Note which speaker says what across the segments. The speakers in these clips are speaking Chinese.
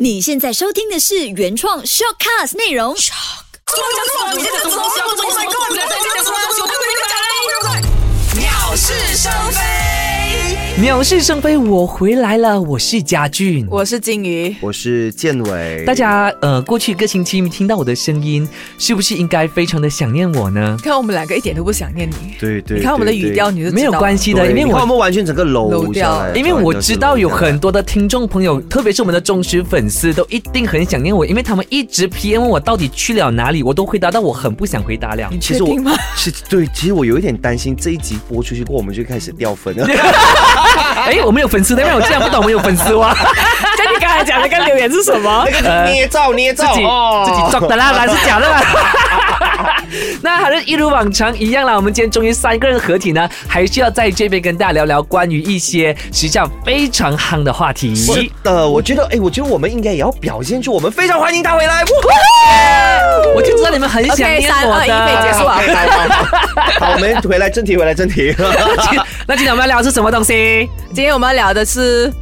Speaker 1: 你现在收听的是原创 Shortcast 内容。
Speaker 2: 我讲错了，你在讲什么东西啊？我我跟你在讲什么东西？我不跟你讲了。鸟是生非。
Speaker 3: 鸟是生非，我回来了，我是家俊。
Speaker 4: 我是金鱼，
Speaker 5: 我是建伟。
Speaker 3: 大家呃，过去一个星期听到我的声音，是不是应该非常的想念我呢？
Speaker 4: 看我们两个一点都不想念你。
Speaker 5: 对对，
Speaker 4: 你看我们的语调，你就知道了
Speaker 3: 没有关系的，
Speaker 5: 对
Speaker 3: 因为
Speaker 5: 你看我
Speaker 3: 我。
Speaker 5: 们完全整个
Speaker 4: 搂
Speaker 5: 搂
Speaker 4: 掉
Speaker 5: 下来
Speaker 3: 因为我知道有很多的听众朋友，特别是我们的忠实粉丝，都一定很想念我，因为他们一直 PM 问我到底去了哪里，我都回答到我很不想回 答了。
Speaker 4: 你
Speaker 5: 其
Speaker 4: 确
Speaker 5: 实我
Speaker 4: 定吗？
Speaker 5: 是对，其实我有一点担心这一集播出去过，我们就开始掉粉了。
Speaker 3: 哎，我们有粉丝的，因为我竟然不懂我们有粉 丝哇！
Speaker 4: 那你刚才讲那个留言是什 么？
Speaker 5: 捏造捏
Speaker 3: 呃自
Speaker 5: 造
Speaker 3: 己、
Speaker 5: 哦，
Speaker 3: 自己装的啦，那是假的啦。 那还是一如往常一样啦，我们今天终于三个人合体呢，还是要在这边跟大家聊聊关于一些时下非常夯的话题。
Speaker 5: 是的，我觉得，哎，我觉得我们应该也要表现出我们非常欢迎他回来。
Speaker 3: 我就知道你们很想
Speaker 4: OK，
Speaker 3: 念
Speaker 4: 三
Speaker 3: 我
Speaker 4: 二一，可以结束
Speaker 3: 的。
Speaker 4: 啊！
Speaker 5: 好，我们回来正题，回来正题。
Speaker 3: 那今天我们要聊的是什么东西？
Speaker 4: 今天我们要聊的是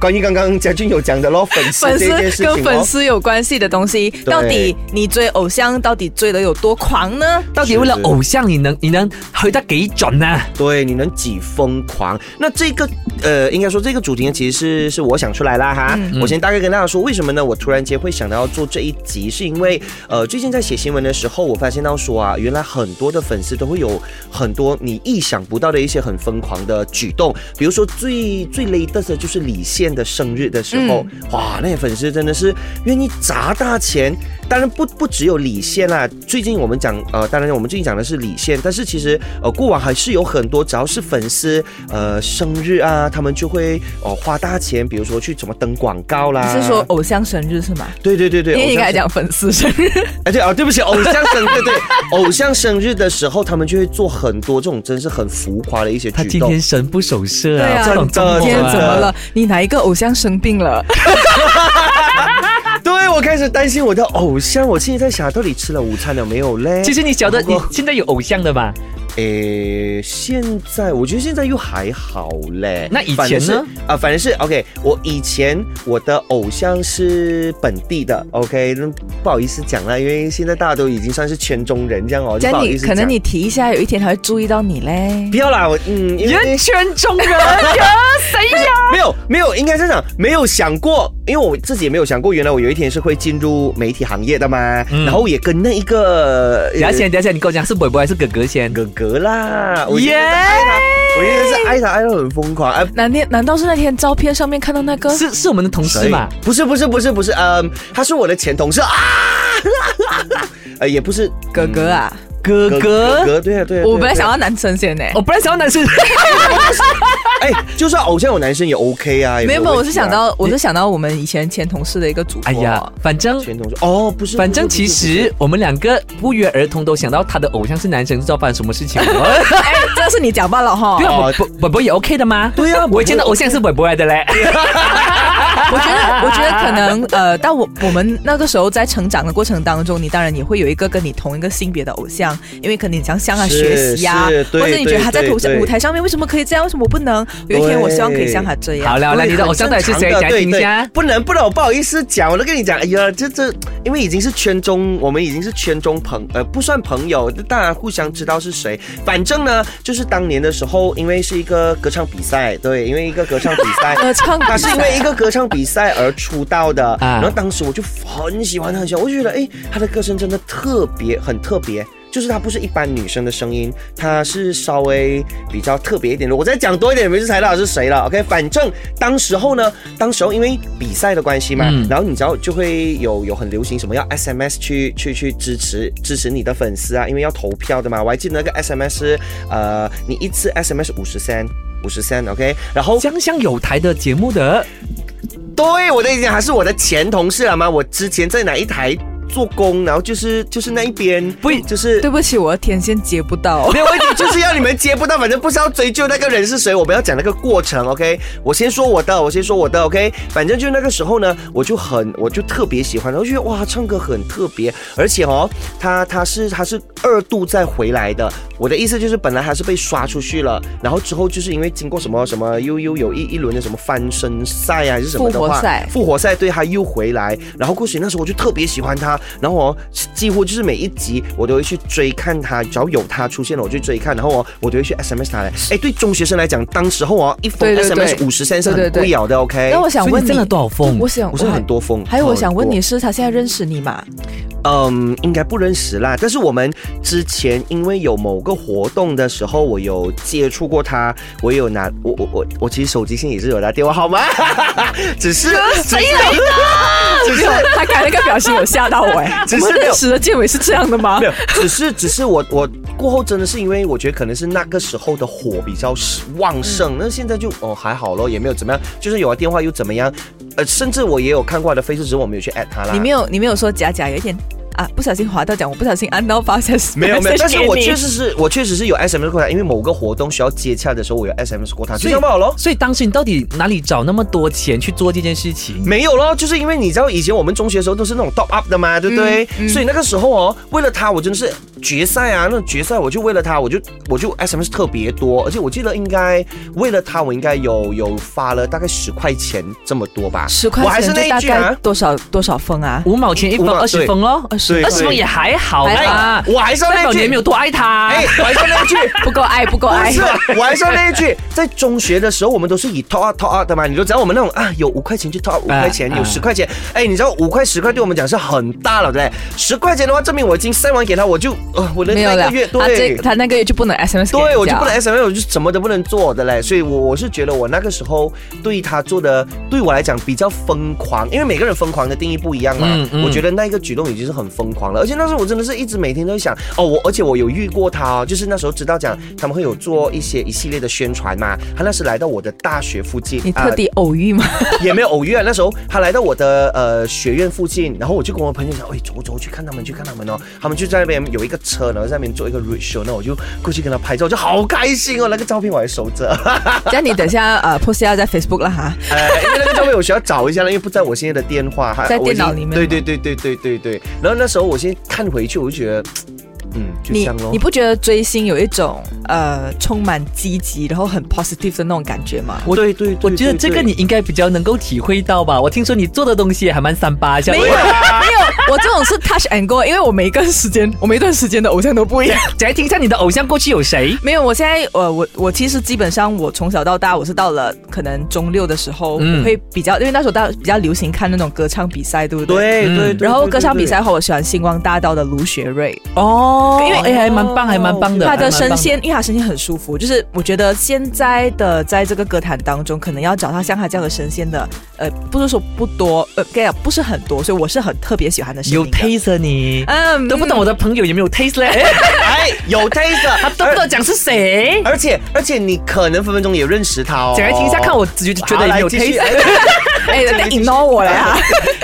Speaker 5: 关于刚刚家俊有讲的咯，粉丝
Speaker 4: 粉
Speaker 5: 这件
Speaker 4: 丝
Speaker 5: 事
Speaker 4: 跟
Speaker 5: 情
Speaker 4: 粉
Speaker 5: 哦。
Speaker 4: 丝有关系的东西。到底你追偶像，到底追的有多狂呢？
Speaker 3: 到底为了
Speaker 5: 是是
Speaker 3: 偶像，你能你能回答给准啊呢、
Speaker 5: 对，你能几疯狂？那这个呃，应该说这个主题呢，其实是是我想出来啦哈。我先大概跟大家说，为什么呢？我突然间会想到要做这一集，是因为呃，最近在写新闻的时候，我发现到说啊，原来很多的粉丝都会有很多你意想不到的一些很疯狂的举动，比如说最最 latest 的就是李现的生日的时候，哇，那些粉丝真的是愿意砸大钱。当然不不只有李现啦，最近我们讲呃，当然我们最近讲的是李现，但是其实呃，过往还是有很多，只要是粉丝呃生日啊，他们就会哦、花大钱，比如说去怎么登广告啦。
Speaker 4: 你是说偶像生日是吗？
Speaker 5: 对对啊对对，
Speaker 4: 因为
Speaker 5: 偶
Speaker 4: 你
Speaker 5: 像
Speaker 4: 刚才讲粉丝生日，
Speaker 5: 哎，对啊，对不起，偶像生日，对，偶像生日的时候，他们就会做很多这种真是很浮夸的一些
Speaker 3: 他
Speaker 5: 举
Speaker 3: 今
Speaker 5: 动
Speaker 3: 天。神不守舍
Speaker 4: 对
Speaker 3: 啊，
Speaker 4: 啊
Speaker 3: 这种状况
Speaker 4: 今
Speaker 5: 真
Speaker 4: 天
Speaker 5: 的
Speaker 4: 怎么了？你哪一个偶像生病了？
Speaker 5: 对我开始担心我的偶像，我现在在想到底吃了午餐了没有嘞？
Speaker 3: 其实你晓得，
Speaker 5: 不
Speaker 3: 你
Speaker 5: 过
Speaker 3: 现在有偶像的吧？
Speaker 5: 诶，呃现在我觉得现在又还好嘞。
Speaker 3: 那以前呢
Speaker 5: 反正是啊、反正是 OK。我以前我的偶像是本地的，OK，那不好意思讲了，因为现在大家都已经算是圈中人这样哦，就不
Speaker 4: 样
Speaker 5: 好
Speaker 4: 你
Speaker 5: 意思
Speaker 4: 可
Speaker 5: 讲。
Speaker 4: 能你提一下，有一天他会注意到你嘞
Speaker 5: 不。要啦，我嗯，因为
Speaker 3: 人圈中人，人谁呀？
Speaker 5: 没有没有，应该是讲没有想过，因为我自己也没有想过，原来我有一天是会进入媒体行业的嘛。
Speaker 3: 嗯
Speaker 5: 然后也跟那一个呃
Speaker 3: 等一下先，等一下先，你跟我讲是伯伯还是哥哥先？
Speaker 5: 哥哥啦，我
Speaker 3: 耶
Speaker 5: 耶，我真的是爱他爱到很疯狂，哎、
Speaker 4: 难天难道是那天照片上面看到那个？
Speaker 3: 是是我们的同事嘛？
Speaker 5: 不是不是不是不是，嗯，他是我的前同事啊，呃，也不是
Speaker 4: 哥哥啊，
Speaker 3: 哥
Speaker 5: 哥哥
Speaker 3: 哥，哦
Speaker 5: 哥，对啊对啊。
Speaker 4: 我本来
Speaker 5: 对啊
Speaker 4: 想要男生先呢、欸
Speaker 3: 我本来想要男 生，
Speaker 5: 对啊哎，就算偶像有男生也 OK 啊，也
Speaker 4: 没有，没
Speaker 5: 问
Speaker 4: 有，
Speaker 5: 题啊
Speaker 4: 我是想到，我是想到我们以前前同事的一个主播。
Speaker 3: 哎呀，反正。
Speaker 5: 前同事哦，不是，
Speaker 3: 反正
Speaker 5: 不是
Speaker 3: 其
Speaker 5: 不是不是
Speaker 3: 实我们两个不约而同都想到他的偶像是男生，知道发生什么事情 了。
Speaker 4: 哎，这是你讲罢了哈
Speaker 3: 对。啊，
Speaker 5: 哦
Speaker 3: 伯伯伯也 OK 的吗？
Speaker 5: 对啊
Speaker 3: 我以前的偶像是伯伯来的嘞。
Speaker 4: 我觉得，我觉得可能，呃，但我我们那个时候在成长的过程当中，你当然也会有一个跟你同一个性别的偶像，因为可能你想向他
Speaker 5: 是
Speaker 4: 学习啊，
Speaker 5: 是
Speaker 4: 或
Speaker 5: 对
Speaker 4: 者你觉得他在
Speaker 5: 对
Speaker 4: 舞台
Speaker 5: 对
Speaker 4: 舞台上面为什么可以这样，为什么不能？有一天我希望可以像他这样。，
Speaker 3: 好了，好了，你的偶像到底是谁？
Speaker 5: 啊很正常
Speaker 3: 讲
Speaker 5: 的
Speaker 3: 听一
Speaker 5: 对
Speaker 3: 下
Speaker 5: 对。不能不能，我不好意思讲，我都跟你讲，哎呀，这这，因为已经是圈中，我们已经是圈中朋，呃，不算朋友，当然互相知道是谁。反正呢，就是当年的时候，因为是一个歌唱比赛，对，因为一个歌唱比赛
Speaker 4: 歌呃 唱比赛
Speaker 5: 他是因为一个歌唱比赛而出道的。
Speaker 3: 啊
Speaker 5: 然后当时我就很喜欢，很喜欢，我就觉得，哎，他的歌声真的特别，很特别。就是她不是一般女生的声音，她是稍微比较特别一点的。我再讲多一点，你们就猜到是谁了。OK，反
Speaker 3: 嗯
Speaker 5: 正当时候呢，当时候因为比赛的关系嘛，
Speaker 3: 嗯
Speaker 5: 然后你知道就会有有很流行什么要 SMS 去去去支持支持你的粉丝啊，因为要投票的嘛。我还记得那个 SMS 是呃，你一次 SMS 五十三。五十三，OK，然后
Speaker 3: 香香有台的节目的，
Speaker 5: 啊对我的已经还是我的前同事了吗？我之前在哪一台做工，然后就是就是那一边
Speaker 3: 不
Speaker 5: 就是
Speaker 4: 对不起，我的天线接不到
Speaker 5: 没。有问题， 就是要你们接不到，反正不是要追究那个人是谁，我们要讲那个过程，OK？我先说我的，我先说我的，OK？反正就那个时候呢，我就很，我就特别喜欢，我就觉得哇，唱歌很特别，而且哦，他他是他是二度再回来的，我的意思就是本来他是被刷出去了，然后之后就是因为经过什么什么又又有一一轮的什么翻身赛啊还是什么的话，
Speaker 4: 复活赛
Speaker 5: 复活赛对他又回来，然后过去那时候我就特别喜欢他，然后我几乎就是每一集我都会去追看他，只要有他出现了我就追看，然后我我都会去 SMS 他来。哎，对中学生来讲，当时候哦一封
Speaker 4: 对对对
Speaker 5: SMS 五十三是
Speaker 4: 对
Speaker 5: 很
Speaker 4: 对对
Speaker 5: 贵了的，OK。
Speaker 4: 那我想
Speaker 3: 所以
Speaker 4: 问
Speaker 3: 你
Speaker 4: 你，
Speaker 3: 真的多少封
Speaker 4: 我想
Speaker 5: 我是
Speaker 4: 还
Speaker 5: 很多封，
Speaker 4: 还有我想问
Speaker 5: 很多
Speaker 4: 你是他现在认识你吗？
Speaker 5: 嗯，应该不认识啦。但是我们之前因为有某个活动的时候，我有接触过他，我有拿我我我我其实手机现在也是有他电话号码， 只是谁来的？只是
Speaker 4: 他改了个表情，有吓到我 哎！
Speaker 5: 只是
Speaker 4: 我们认识的结尾是这样的吗
Speaker 5: 没？有，只是只是我我过后真的是因为我觉得可能是那个时候的火比较旺
Speaker 4: 嗯
Speaker 5: 盛，那现在就哦还好咯，也没有怎么样，就是有了电话又怎么样？呃，甚至我也有看过他的 face，只是我没有去 at 他啦。
Speaker 4: 你没有，你没有说假假有一点啊，不小心滑到讲，我不小心按到发现
Speaker 5: 没有没有，但是我确
Speaker 4: 实
Speaker 5: 实是我确实是有 SMS 过他，因为某个活动需要接洽的时候，我有 SMS 过他，就
Speaker 3: 所
Speaker 5: 这
Speaker 3: 以
Speaker 5: 样不好咯。
Speaker 3: 所以当时你到底哪里找那么多钱去做这件事情？
Speaker 5: 没有咯，就是因为你知道以前我们中学的时候都是那种 top up 的嘛，对不对？
Speaker 3: 嗯
Speaker 5: 所以那个时候哦，为了他，我真的是决赛啊，那种决赛我就为了他，我就我就 SMS 特别多，而且我记得应该为了他，我应该有有发了大概十块钱这么多吧，
Speaker 4: 十块
Speaker 5: 我还是
Speaker 4: 钱
Speaker 5: 那
Speaker 4: 就大
Speaker 5: 一句啊
Speaker 4: 概。多少多少封啊？
Speaker 3: 五毛钱一封，
Speaker 5: 五毛
Speaker 3: 二十
Speaker 5: 对
Speaker 3: 封咯，二
Speaker 5: 对
Speaker 3: 二十封也还好
Speaker 4: 还好
Speaker 3: 吧
Speaker 5: 哎。我还是要
Speaker 3: 代表
Speaker 5: 那一
Speaker 3: 你
Speaker 5: 句
Speaker 3: 也没有多爱他。
Speaker 5: 哎，我还是要那一句，
Speaker 4: 不够爱，不够
Speaker 5: 不
Speaker 4: 爱
Speaker 5: 是。，我还是要那一句，在中学的时候，我们都是以 top up top up 的嘛。你都知道我们那种啊，有五块钱就 top up 五块钱，
Speaker 3: 啊
Speaker 5: 有十块钱，哎，你知道五块十块对我们讲是很大了，对不对？十块钱的话，证明我已经塞完给他，我就呃，我的
Speaker 4: 没有
Speaker 5: 那
Speaker 4: 了
Speaker 5: 个月，
Speaker 4: 他这
Speaker 5: 对。
Speaker 4: 他那个月就不能 SMS 给人
Speaker 5: 对，
Speaker 4: 家
Speaker 5: 我就不能 S M，我就什么都不能做的嘞，所以我我是觉得我那个时候对他做的，对我来讲比较疯狂，因为每个人疯狂的定义不一样嘛。
Speaker 3: 嗯嗯
Speaker 5: 我觉得那一个举动已经是很疯狂了，而且那时候我真的是一直每天都想，哦，我而且我有遇过他哦，就是那时候知道讲他们会有做一些一系列的宣传嘛，他那时来到我的大学附近，
Speaker 4: 你
Speaker 5: 啊
Speaker 4: 特地偶遇 吗？
Speaker 5: 也没有偶遇啊。那时候他来到我的呃学院附近，然后我就跟我朋友讲，哎，走走去看他们，去看他们哦。他们就在那边有一个车，然后在那边做一个 r o a d show，那我就过去跟他拍照，就好开心哦。那个照片我还收着，
Speaker 4: 这样你等一下呃 post 一下在 Facebook 了 哈。
Speaker 5: 呃，因为那个照片我需要找一下了，因为不在我现在的电话，还
Speaker 4: 在
Speaker 5: 我已经
Speaker 4: 电脑里面
Speaker 5: 对对对对对对对。然后那时候我先看回去，我就觉得，嗯，就这
Speaker 4: 你
Speaker 5: 样咯
Speaker 4: 你。不觉得追星有一种呃充满积极然后很 positive 的那种感觉吗？
Speaker 5: 我对对
Speaker 3: 我
Speaker 5: 对
Speaker 3: 觉得这个
Speaker 5: 对
Speaker 3: 你应该比较能够体会到吧。我听说你做的东西还蛮三八，像
Speaker 4: 没有，没有，我这种是 touch and go，因为我每一个时间，我每一段时间的偶像都不一样。
Speaker 3: 讲来听一下你的偶像过去有谁？
Speaker 4: 没有，我现在呃，我我其实基本上我从小到大，我是到了可能中六的时候，
Speaker 3: 嗯
Speaker 4: 我会比较，因为那时候大比较流行看那种歌唱比赛，对不对？
Speaker 5: 对对对
Speaker 3: 嗯
Speaker 5: 对，
Speaker 4: 然后歌唱比赛
Speaker 5: 对。对
Speaker 4: 后，我喜欢星光大道的卢学瑞，
Speaker 3: 哦
Speaker 4: 因为
Speaker 3: 哎，还蛮棒，还蛮棒的。
Speaker 4: 他
Speaker 3: 还
Speaker 4: 的
Speaker 3: 蛮棒
Speaker 4: 声线，因为他声线很舒服，就是我觉得现在的在这个歌坛当中，可能要找到像他这样的声线的，呃，不是说不多，呃，该讲不是很多，所以我是很特别喜欢的声音
Speaker 3: 有
Speaker 4: 的。
Speaker 3: taste 啊你
Speaker 4: 嗯
Speaker 3: 都不懂我的朋友有没有 taste 嘞？
Speaker 5: 哎，有 taste，他
Speaker 3: 都不懂讲是谁？
Speaker 5: 而且而且你可能分分钟也认识他哦。
Speaker 3: 讲来听一下，看我觉觉得有没有
Speaker 5: 好来继续
Speaker 3: taste。
Speaker 4: 哎，人家 ignore 我了呀。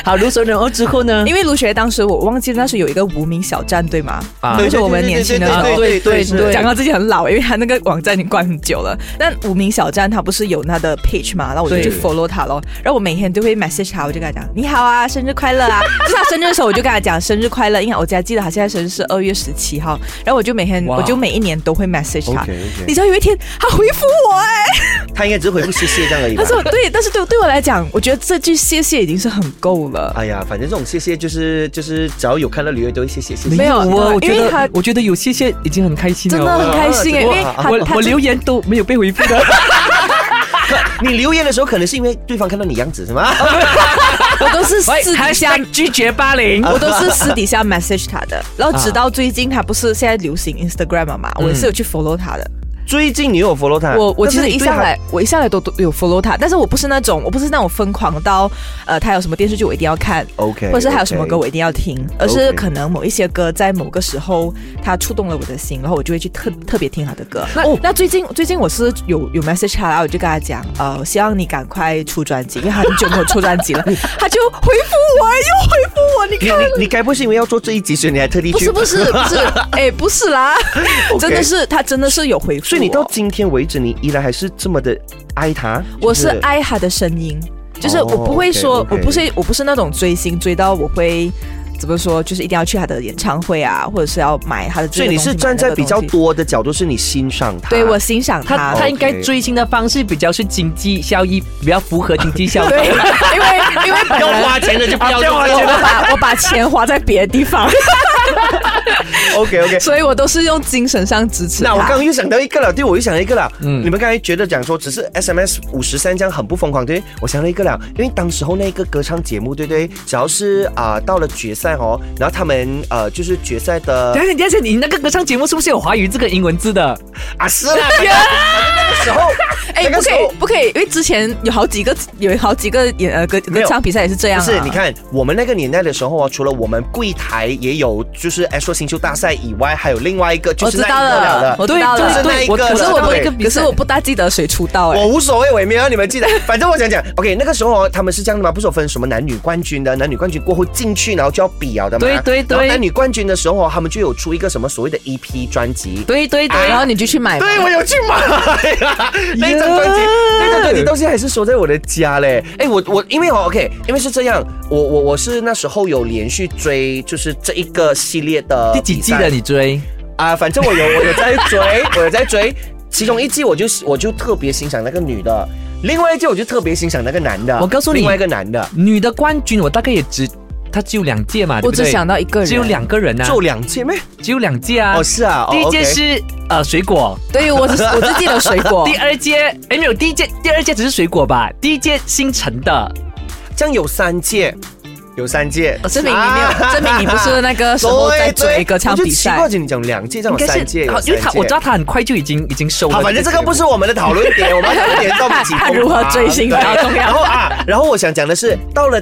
Speaker 3: 好，卢熟人哦之后呢？
Speaker 4: 因为卢学当时我忘记那时候有一个无名小站，对吗？
Speaker 3: 啊
Speaker 4: 就是我们年轻的时候。
Speaker 5: 对对对对
Speaker 3: 对
Speaker 4: 讲到自己很老，因为他那个网站已经关很久了。但无名小站他不是有他的 page 嘛，然后我就
Speaker 3: 对
Speaker 4: 去 follow 他咯。然后我每天都会 message 他，我就跟他讲你好啊，生日快乐啊！就是他生日的时候，我就跟他讲生日快乐，因为我还记得他现在生日是二月十七号。然后我就每天，
Speaker 3: 哇
Speaker 4: 我就每一年都会 message 他
Speaker 5: OK，OK。
Speaker 4: 你知道有一天他回复我哎、
Speaker 5: 他应该只是回复谢谢这样而已吧
Speaker 4: 他。说对，但是对对我来讲，我觉得这句谢谢已经是很够了。
Speaker 5: 哎呀，反正这种谢谢就是就是，只要有看到留言都会谢谢谢
Speaker 4: 没
Speaker 5: 谢。
Speaker 4: 有
Speaker 3: 啊我
Speaker 4: 因
Speaker 3: 觉
Speaker 4: 为
Speaker 3: 得
Speaker 4: 他
Speaker 3: 我觉得有谢谢已经很开心了。
Speaker 4: 真的很开心哎、
Speaker 5: 我
Speaker 4: 因为他
Speaker 3: 我
Speaker 4: 他
Speaker 3: 我
Speaker 4: 真的
Speaker 3: 留言都没有被回复的，
Speaker 5: 你留言的时候，可能是因为对方看到你样子是吗？
Speaker 4: 我都是私底下，
Speaker 3: #hashtag 拒绝霸凌。
Speaker 4: 我都是私底下
Speaker 3: 啊
Speaker 4: message 他的。然后直到最近，他不是现在流行 Instagram 了嘛，我也是有去 follow 他的。
Speaker 5: 最近你有 follow 他？
Speaker 4: 我我
Speaker 5: 但
Speaker 4: 其
Speaker 5: 是
Speaker 4: 实
Speaker 5: 你
Speaker 4: 一
Speaker 5: 对
Speaker 4: 向
Speaker 5: 他
Speaker 4: 来我一向来都都有 follow 他，但是我不是那种我不是那种疯狂到呃他有什么电视剧我一定要看
Speaker 5: OK，
Speaker 4: 或者是还有什么
Speaker 5: OK
Speaker 4: 歌我一定要听，而是
Speaker 5: OK
Speaker 4: 可能某一些歌在某个时候他触动了我的心，然后我就会去特特别听他的歌。那、哦、那最近最近我是有有 message 他，然后我就跟他讲，呃，我希望你赶快出专辑，因为他很久没有出专辑了，
Speaker 5: 嗯
Speaker 4: 他就回复我，又回复我，你
Speaker 5: 你
Speaker 4: 看。
Speaker 5: 你你该不是因为要做这一集，所以你还特地
Speaker 4: 不
Speaker 5: 去？
Speaker 4: 是不是不是，哎、不是啦
Speaker 5: OK
Speaker 4: 真的是他真的是有回复我，
Speaker 5: 所以你到今天为止，你依然还是这么的爱他？
Speaker 4: 我
Speaker 5: 就是
Speaker 4: 爱他的声音，就是
Speaker 5: 哦
Speaker 4: 我不会说，
Speaker 5: OK，OK
Speaker 4: 我不是我不是那种追星追到我会怎么说，就是一定要去他的演唱会啊，或者是要买他的这
Speaker 5: 所
Speaker 4: 个
Speaker 5: 以
Speaker 4: 东
Speaker 5: 你
Speaker 4: 西。
Speaker 5: 是站在比较
Speaker 4: 买那个东西
Speaker 5: 多的角度，是你欣赏他。
Speaker 4: 对我欣赏
Speaker 3: 他
Speaker 4: 他。
Speaker 3: 他
Speaker 5: OK
Speaker 3: 应该追星的方式比较是经济效益，比较符合经济 效益。
Speaker 4: 对，因为因为本
Speaker 5: 要
Speaker 4: 来
Speaker 5: 花钱的就不
Speaker 3: 要
Speaker 5: 要做
Speaker 3: 花
Speaker 5: 这
Speaker 3: 钱
Speaker 5: 种。
Speaker 4: 我把我把钱花在别的地 方，
Speaker 5: OK OK。
Speaker 4: 所以我都是用精神上支持
Speaker 5: 那
Speaker 4: 他。
Speaker 5: 我刚刚又想到一个了，对我又想到一个了。
Speaker 3: 嗯
Speaker 5: 嗯，你们刚才觉得讲说只是 SMS 五十三这样很不疯狂，对不对？我想到一个了，因为当时候那个歌唱节目，对不对？只要是啊、到了决赛哦，然后他们呃就是决赛的
Speaker 3: 等一下，等一下，你那个歌唱节目是不是有华语这个英文字的？
Speaker 5: 啊是啦，反正那个时 候，
Speaker 4: 哎，
Speaker 5: 那
Speaker 4: 不
Speaker 5: 个时
Speaker 4: 可
Speaker 5: 候
Speaker 4: 以不可以，因为之前有好几个有好几个演呃歌
Speaker 5: 没
Speaker 4: 歌
Speaker 5: 有
Speaker 4: 唱比赛也是这样、
Speaker 5: 不
Speaker 4: 啊。
Speaker 5: 是，你看我们那个年代的时候啊，除了我们柜台也有，就是哎说新秀大赛以外，还有另外一个就
Speaker 4: 我
Speaker 5: 是
Speaker 4: 知
Speaker 5: 那一
Speaker 4: 道
Speaker 5: 个了
Speaker 4: 了，我知道
Speaker 5: 就是
Speaker 4: 了。
Speaker 5: 那一
Speaker 3: 我
Speaker 5: 个了，
Speaker 4: 可是我
Speaker 5: 对
Speaker 4: 不可是我不大记得谁出道哎、
Speaker 5: 我无所谓，我也没有让你们记得。反正我想讲，OK，那个 时候哦他们是这样的嘛，不是有分什么男女冠军的，男女冠军过后进去，然后就要比了的嘛。
Speaker 3: 对对对
Speaker 5: 然后男女冠军的时候哦，他们就有出一个什么所谓的 EP 专辑。
Speaker 3: 对对对，
Speaker 4: 然后你就去买吧。
Speaker 5: 对，我有去买啊 那张专辑，那张专辑到现在还是收在我的家嘞。哎，我我因为哦，OK，因为是这样，我我我是那时候有连续追，就是这一个系列的
Speaker 3: 第几季
Speaker 5: 比赛
Speaker 3: 的你追？
Speaker 5: 啊，反正我有我有在追，我有在追。其中一季我就我就特别欣赏那个女的，另外一季我就特别欣赏那个男的。
Speaker 3: 我告诉你啊
Speaker 5: 另外一个男的
Speaker 3: 女的冠军我大概也只，她只有两届嘛，对
Speaker 4: 我
Speaker 3: 不对
Speaker 4: 只想到一个人，
Speaker 3: 只有，两个人啊，
Speaker 5: 就两届咩？
Speaker 3: 只有两届啊。
Speaker 5: 哦，是啊，哦
Speaker 3: 第一届
Speaker 5: OK
Speaker 3: 是呃水果，
Speaker 4: 对我只我只记得水果
Speaker 5: 哦
Speaker 3: 第。二届哎没有，第一届第二届只是水果吧，第一届星辰的，
Speaker 5: 这样有三届，有三届。啊
Speaker 4: 证哦明你没有，证明你不是那个时候在追歌唱比
Speaker 5: 我就奇
Speaker 4: 赛
Speaker 5: 怪，。就你讲两届，这样有
Speaker 3: 应该
Speaker 5: 三届，
Speaker 3: 是
Speaker 5: 有
Speaker 3: 好，
Speaker 5: 三
Speaker 3: 因为他
Speaker 5: 届
Speaker 3: 我知道他很快就已经已经收了。
Speaker 5: 好，反正这个不是我们的讨论点，我们讨论点到底几啊
Speaker 4: 看如何追星比较重要
Speaker 5: 然后啊，然后我想讲的是，到了。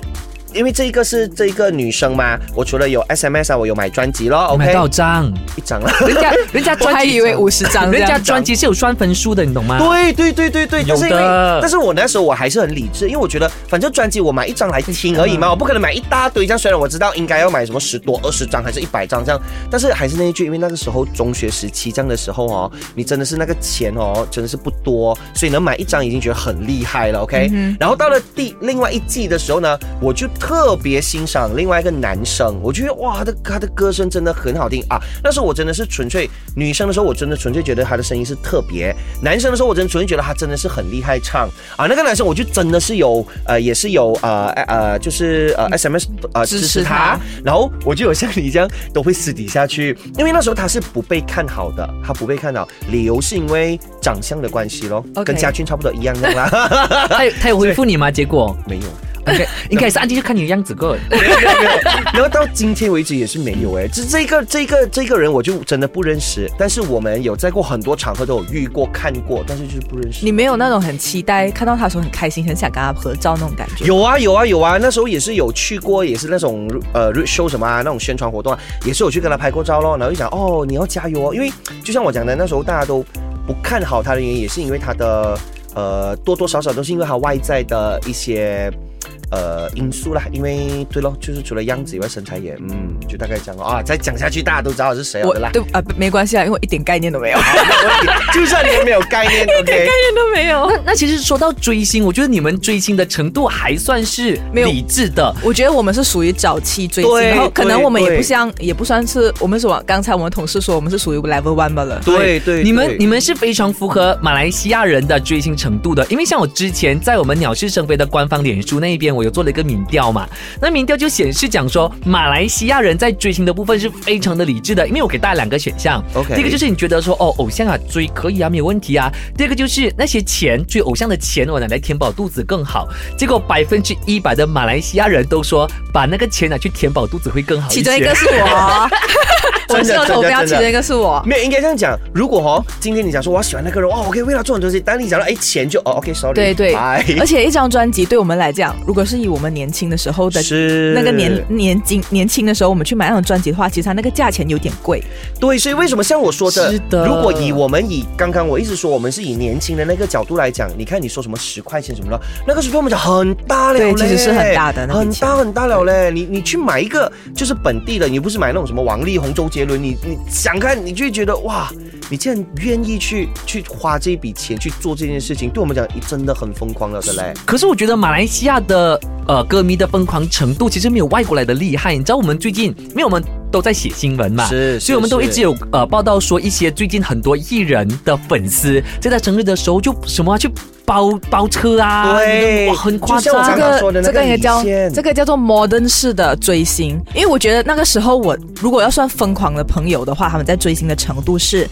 Speaker 5: 因为这一个是这一个女生嘛，我除了有 SMS 啊，我有买专辑咯
Speaker 3: 买
Speaker 5: ，OK，
Speaker 3: 到张，
Speaker 5: 一张了。
Speaker 3: 人家人家
Speaker 4: 我
Speaker 3: 专
Speaker 4: 还
Speaker 3: 辑
Speaker 4: 以为五十张这
Speaker 3: 人
Speaker 4: 样，啊
Speaker 3: 家专辑是有算分数的，你懂吗？
Speaker 5: 对对对对对，但是因为
Speaker 3: 有的
Speaker 5: 但是我那时候我还是很理智，因为我觉得反正专辑我买一张来听而已嘛，我不可能买一大堆这样。虽然我知道应该要买什么十多、二十张还是一百张这样，但是还是那一句，因为那个时候中学时期这样的时候哦，你真的是那个钱哦，真的是不多，所以能买一张已经觉得很厉害了，OK、然后到了第另外一季的时候呢，我就特别欣赏另外一个男生，我觉得哇，他的他的歌声真的很好听啊。那时候我真的是纯粹女生的时候，我真的纯粹觉得他的声音是特别；男生的时候，我真的纯粹觉得他真的是很厉害唱啊。那个男生我就真的是有呃，也是有呃呃呃，就是呃 SMS 呃
Speaker 4: 嗯支
Speaker 5: 支
Speaker 4: 持
Speaker 5: 持
Speaker 4: 他
Speaker 5: 他，然后我就有像你这样都会私底下去，因为那时候他是不被看好的，他不被看好，理由是因为长相的关系咯
Speaker 4: OK
Speaker 5: 跟家俊差不多一样样啦，
Speaker 3: 他有他有回复你吗？结果
Speaker 5: 没有。
Speaker 3: 应该应该是安静就看你的样子过。
Speaker 5: 没有没有没有然后到今天为止也是没有哎、这这个这个这个人我就真的不认识，但是我们有在过很多场合都有遇过看过，但是就是不认识
Speaker 4: 你。没有那种很期待看到他的时候很开心，很想跟他合照那种感觉。
Speaker 5: 有啊有啊有啊，那时候也是有去过，也是那种呃 road show 什么啊，那种宣传活动啊，也是有去跟他拍过照咯。然后就讲哦，你要加油哦，因为就像我讲的，那时候大家都不看好他的原因，也是因为他的呃多多少少都是因为他外在的一些。呃，因素啦，因为对咯，就是除了样子以外，身材也，嗯，就大概这样咯啊。再讲下去，大家都知道我是谁了
Speaker 4: 我
Speaker 5: 的啦。
Speaker 4: 对啊、没关系啊，因为我一点概念都没 有，
Speaker 5: 好，没问题 就算你没有概念，OK，
Speaker 4: 念 都没有。
Speaker 3: 那其实说到追星，我觉得你们追星的程度还算是
Speaker 4: 没有
Speaker 3: 理智的。
Speaker 4: 我觉得我们是属于早期追星，
Speaker 5: 对
Speaker 4: 然后可能我们也
Speaker 5: 对
Speaker 4: 不像，也不算是我们说刚才我们同事说我们是属于 level one 吧了。
Speaker 5: 对对，
Speaker 3: 你们
Speaker 5: 对
Speaker 3: 你们是非常符合马来西亚人的追星程度的，因为像我之前在我们鸟事生非的官方脸书那一边，我有做了一个民调嘛，那民调就显示讲说马来西亚人在追星的部分是非常的理智的，因为我给大家两个选项
Speaker 5: OK
Speaker 3: 第一个就是你觉得说哦偶像啊追可以啊没有问题啊，第二个就是那些钱追偶像的钱我拿来填饱肚子更好，结果百分之一百的马来西亚人都说把那个钱拿去填饱肚子会更好些
Speaker 4: 其中一个是我，我
Speaker 5: 真
Speaker 4: 是
Speaker 5: 的
Speaker 4: 有投标
Speaker 5: 真
Speaker 4: 起
Speaker 5: 的真的
Speaker 4: 那个是我。
Speaker 5: 没有，应该这样讲。如果哦，今天你讲说我喜欢那个人，哇，我可以为他做很多事情。当你讲到哎钱就哦，OK，sorry，、
Speaker 4: 对 对，
Speaker 5: 拜
Speaker 4: 而且一张专辑对我们来讲，如果是以我们年轻的时候的
Speaker 5: 是
Speaker 4: 那个年年轻年轻的时候，我们去买那种专辑的话，其实它那个价钱有点贵。
Speaker 5: 对，所以为什么像我说的，
Speaker 3: 是的
Speaker 5: 如果以我们以刚刚我一直说我们是以年轻的那个角度来讲，你看你说什么十块钱什么的，那个时候我们讲很大了嘞，
Speaker 4: 对其实是很大的那笔
Speaker 5: 很
Speaker 4: 钱
Speaker 5: 大很大了嘞。你你去买一个就是本地的，你不是买那种什么王力宏、周杰伦，你你想看你就会觉得哇，你竟然愿意去去花这一笔钱去做这件事情，对我们讲真的很疯狂了的嘞。
Speaker 3: 可是我觉得马来西亚的呃歌迷的疯狂程度其实没有外国来的厉害。你知道我们最近，因为我们都在写新闻嘛，
Speaker 5: 是
Speaker 3: 所以我们都
Speaker 5: 是
Speaker 3: 一直有呃报道说一些最近很多艺人的粉丝在他生日的时候就什么啊、去包包车啊，
Speaker 5: 对
Speaker 3: 哇，很夸
Speaker 5: 就像我
Speaker 3: 张啊
Speaker 5: 刚。刚说的那
Speaker 4: 这
Speaker 5: 个
Speaker 4: 个也
Speaker 5: 李
Speaker 4: 叫
Speaker 5: 现
Speaker 4: 这个叫做 modern 式的追星，因为我觉得那个时候我如果要算疯狂的朋友的话，他们在追星的程度是。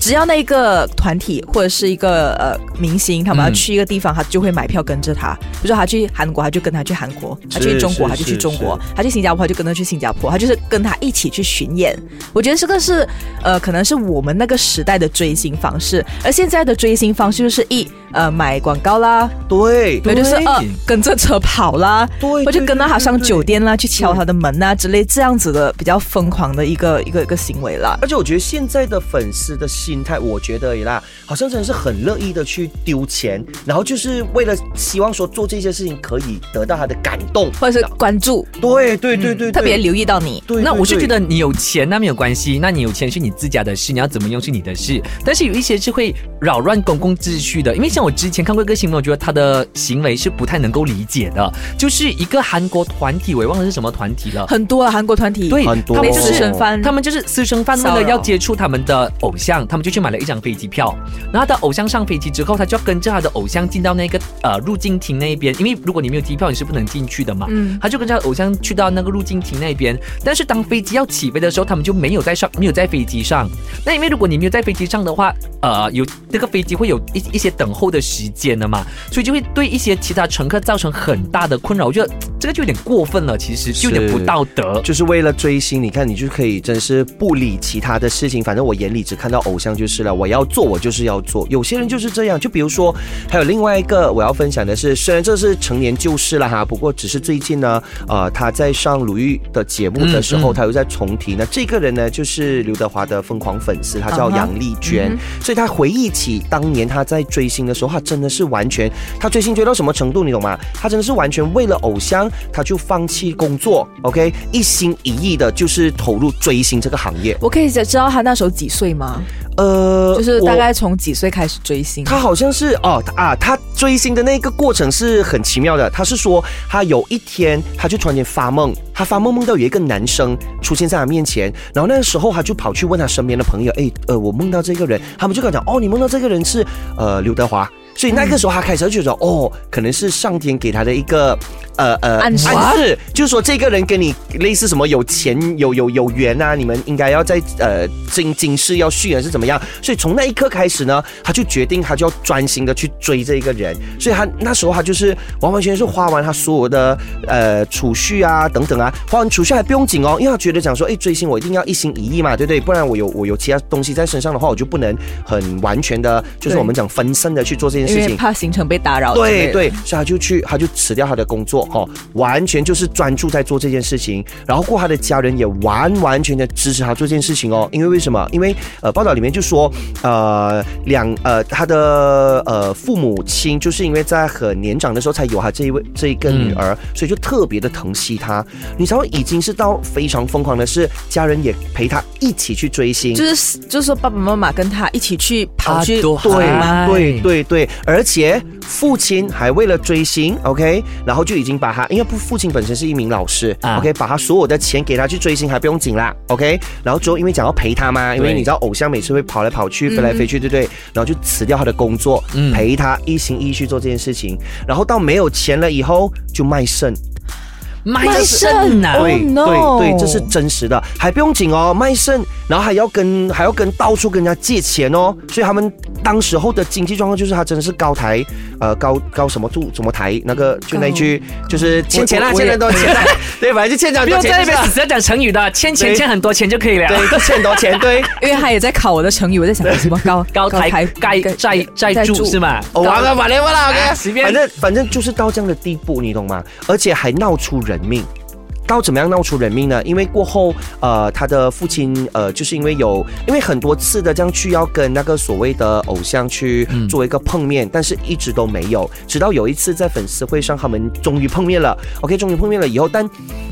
Speaker 4: 只要那一个团体或者是一个呃明星，他们要
Speaker 3: 嗯
Speaker 4: 去一个地方，他就会买票跟着他。比如说他去韩国，他就跟他去韩国；他
Speaker 5: 是
Speaker 4: 去中国，
Speaker 5: 是
Speaker 4: 他就去中国
Speaker 5: 是；
Speaker 4: 他去新加坡，他就跟着去新加坡。他就是跟他一起去巡演。我觉得这个是呃，可能是我们那个时代的追星方式，而现在的追星方式就是一呃买广告啦，
Speaker 5: 对，
Speaker 4: 那就是
Speaker 3: 对
Speaker 4: 呃跟着车跑啦，
Speaker 5: 对
Speaker 4: 或者跟到他上
Speaker 5: 对对对
Speaker 4: 酒店啦，去敲他的门呐之类这样子的比较疯狂的一个一个一个行为啦。
Speaker 5: 而且我觉得现在的粉丝的心态，我觉得也啦，好像真的是很乐意的去丢钱，然后就是为了希望说做这些事情可以得到他的感动，
Speaker 4: 或者是关注，
Speaker 5: 对对对对，
Speaker 4: 特别
Speaker 5: 对
Speaker 4: 留意到你。
Speaker 5: 对，
Speaker 3: 那我是
Speaker 5: 对
Speaker 3: 觉得你有钱那没有关系，那你有钱是你自家的事，你要怎么用是你的事。但是有一些是会扰乱公共秩序的，因为像我之前看过一个新闻，我觉得他的行为是不太能够理解的，就是一个韩国团体，我也忘了是什么团体了。
Speaker 4: 很多啊，韩国团体
Speaker 3: 对，
Speaker 5: 很多
Speaker 3: 他们
Speaker 4: 类
Speaker 3: 就
Speaker 4: 似
Speaker 5: 私
Speaker 3: 是
Speaker 4: 生番，
Speaker 3: 他们就是私生饭，为了
Speaker 4: 骚扰
Speaker 3: 要接触他们的偶像，他们就去买了一张飞机票。然后他的偶像上飞机之后，他就要跟着他的偶像进到那个呃入境厅那一边，因为如果你没有机票，你是不能进去的嘛。
Speaker 4: 嗯
Speaker 3: 他就跟着他的偶像去到那个入境厅那边。但是当飞机要起飞的时候，他们就没有在上，没有在飞机上。那因为如果你没有在飞机上的话，呃，有那个飞机会有一一些等候的时间的嘛，所以就会对一些其他乘客造成很大的困扰。我觉得这个就有点过分了，其实就有点不
Speaker 5: 是
Speaker 3: 道德。
Speaker 5: 就是为了追星，你看你就可以真是不理其他的事情，反正我眼里只看到偶像就是了，我要做我就是要做。有些人就是这样，就比如说还有另外一个我要分享的是，虽然这是成年旧事了哈，不过只是最近呢，呃，他在上鲁豫的节目的时候，
Speaker 3: 嗯嗯
Speaker 5: 他又在重提呢，这个人呢就是刘德华的疯狂粉丝，他叫
Speaker 4: 啊哈
Speaker 5: 杨丽娟，所以他回忆起当年他在追星的时候，他真的是完全，他追星追到什么程度，你懂吗？他真的是完全为了偶像，他就放弃工作，OK，一心一意的就是投入追星这个行业。
Speaker 4: 我可以知道他那时候几岁吗？
Speaker 5: 呃，
Speaker 4: 就是大
Speaker 5: 我
Speaker 4: 概从几岁开始追星？
Speaker 5: 他好像是哦他啊，他追星的那个过程是很奇妙的。他是说，他有一天他就突然间发梦，他发梦梦到有一个男生出现在他面前，然后那个时候他就跑去问他身边的朋友，哎，呃，我梦到这个人，他们就跟他讲，哦，你梦到这个人是呃刘德华。所以那个时候他开始就觉得，哦，可能是上天给他的一个，呃呃
Speaker 4: 暗示
Speaker 5: 暗示，就是说这个人跟你类似什么有钱有有有缘啊，你们应该要在呃今今世要续缘是怎么样？所以从那一刻开始呢，他就决定他就要专心的去追这一个人，所以他那时候他就是完完全全是花完他所有的呃储蓄啊等等啊，花完储蓄还不用紧哦，因为他觉得讲说，哎，追星我一定要一心一意嘛，对不对？不然我有我有其他东西在身上的话，我就不能很完全的，就是
Speaker 4: 对
Speaker 5: 我们讲分身的去做这件
Speaker 4: 因
Speaker 5: 事
Speaker 4: 为
Speaker 5: 情。
Speaker 4: 怕行程被打扰。
Speaker 5: 对。对，所以他就去，他就辞掉他的工作，哈、完全就是专注在做这件事情。然后过后他的家人也完完全全支持他做这件事情哦，因为为什么？因为呃，报道里面就说，呃，两呃，他的呃父母亲就是因为在很年长的时候才有他这一位这一个女儿，所以就特别的疼惜她。你知道，已经是到非常疯狂的是，家人也陪他一起去追星，
Speaker 4: 就是就是说，爸爸妈妈跟他一起去跑去
Speaker 3: 啊都
Speaker 4: 对
Speaker 3: 哎
Speaker 5: 对对对，而且父亲还为了追星，OK，然后就已经把他，因为父亲本身是一名老师、
Speaker 3: 啊
Speaker 5: o k 把他所有的钱给他去追星还不用紧啦，OK，然后之后因为想要陪他嘛，因为
Speaker 3: 对
Speaker 5: 你知道偶像每次会跑来跑去、飞来飞去，对不对？然后就辞掉他的工作，
Speaker 3: 嗯
Speaker 5: 陪他一心一意去做这件事情，然后到没有钱了以后就卖肾。
Speaker 3: 卖啊肾呐、
Speaker 4: 卖肾
Speaker 5: 对
Speaker 4: Oh, no
Speaker 5: 对对，这是真实的，还不用紧哦，卖肾，然后还要跟还要跟到处跟人家借钱哦，所以他们当时候的经济状况就是他真的是高台，呃高高什么柱什么台那个就那一句就是欠钱啦，
Speaker 3: 我
Speaker 5: 欠很多钱啦，对，反正就欠了很
Speaker 3: 不
Speaker 5: 多
Speaker 3: 用
Speaker 5: 钱
Speaker 3: 在那
Speaker 5: 就是
Speaker 3: 边
Speaker 5: 啦，
Speaker 3: 死要讲成语的，欠钱
Speaker 5: 对
Speaker 3: 欠很多钱就可以了。
Speaker 5: 对，就欠很多钱，对。
Speaker 4: 因为他也在考我的成语，我在想什么高
Speaker 3: 高台盖债债主是？吗？
Speaker 5: 哦，完了完了完了
Speaker 3: 哎
Speaker 5: ，OK，
Speaker 3: 随便
Speaker 5: 反正反正就是到这样的地步，你懂吗？而且还闹出人命。到怎么样闹出人命呢？因为过后，呃，他的父亲，呃，就是因为有，因为很多次的这样去要跟那个所谓的偶像去
Speaker 3: 嗯
Speaker 5: 做一个碰面，但是一直都没有，直到有一次在粉丝会上，他们终于碰面了。OK，终于碰面了以后，但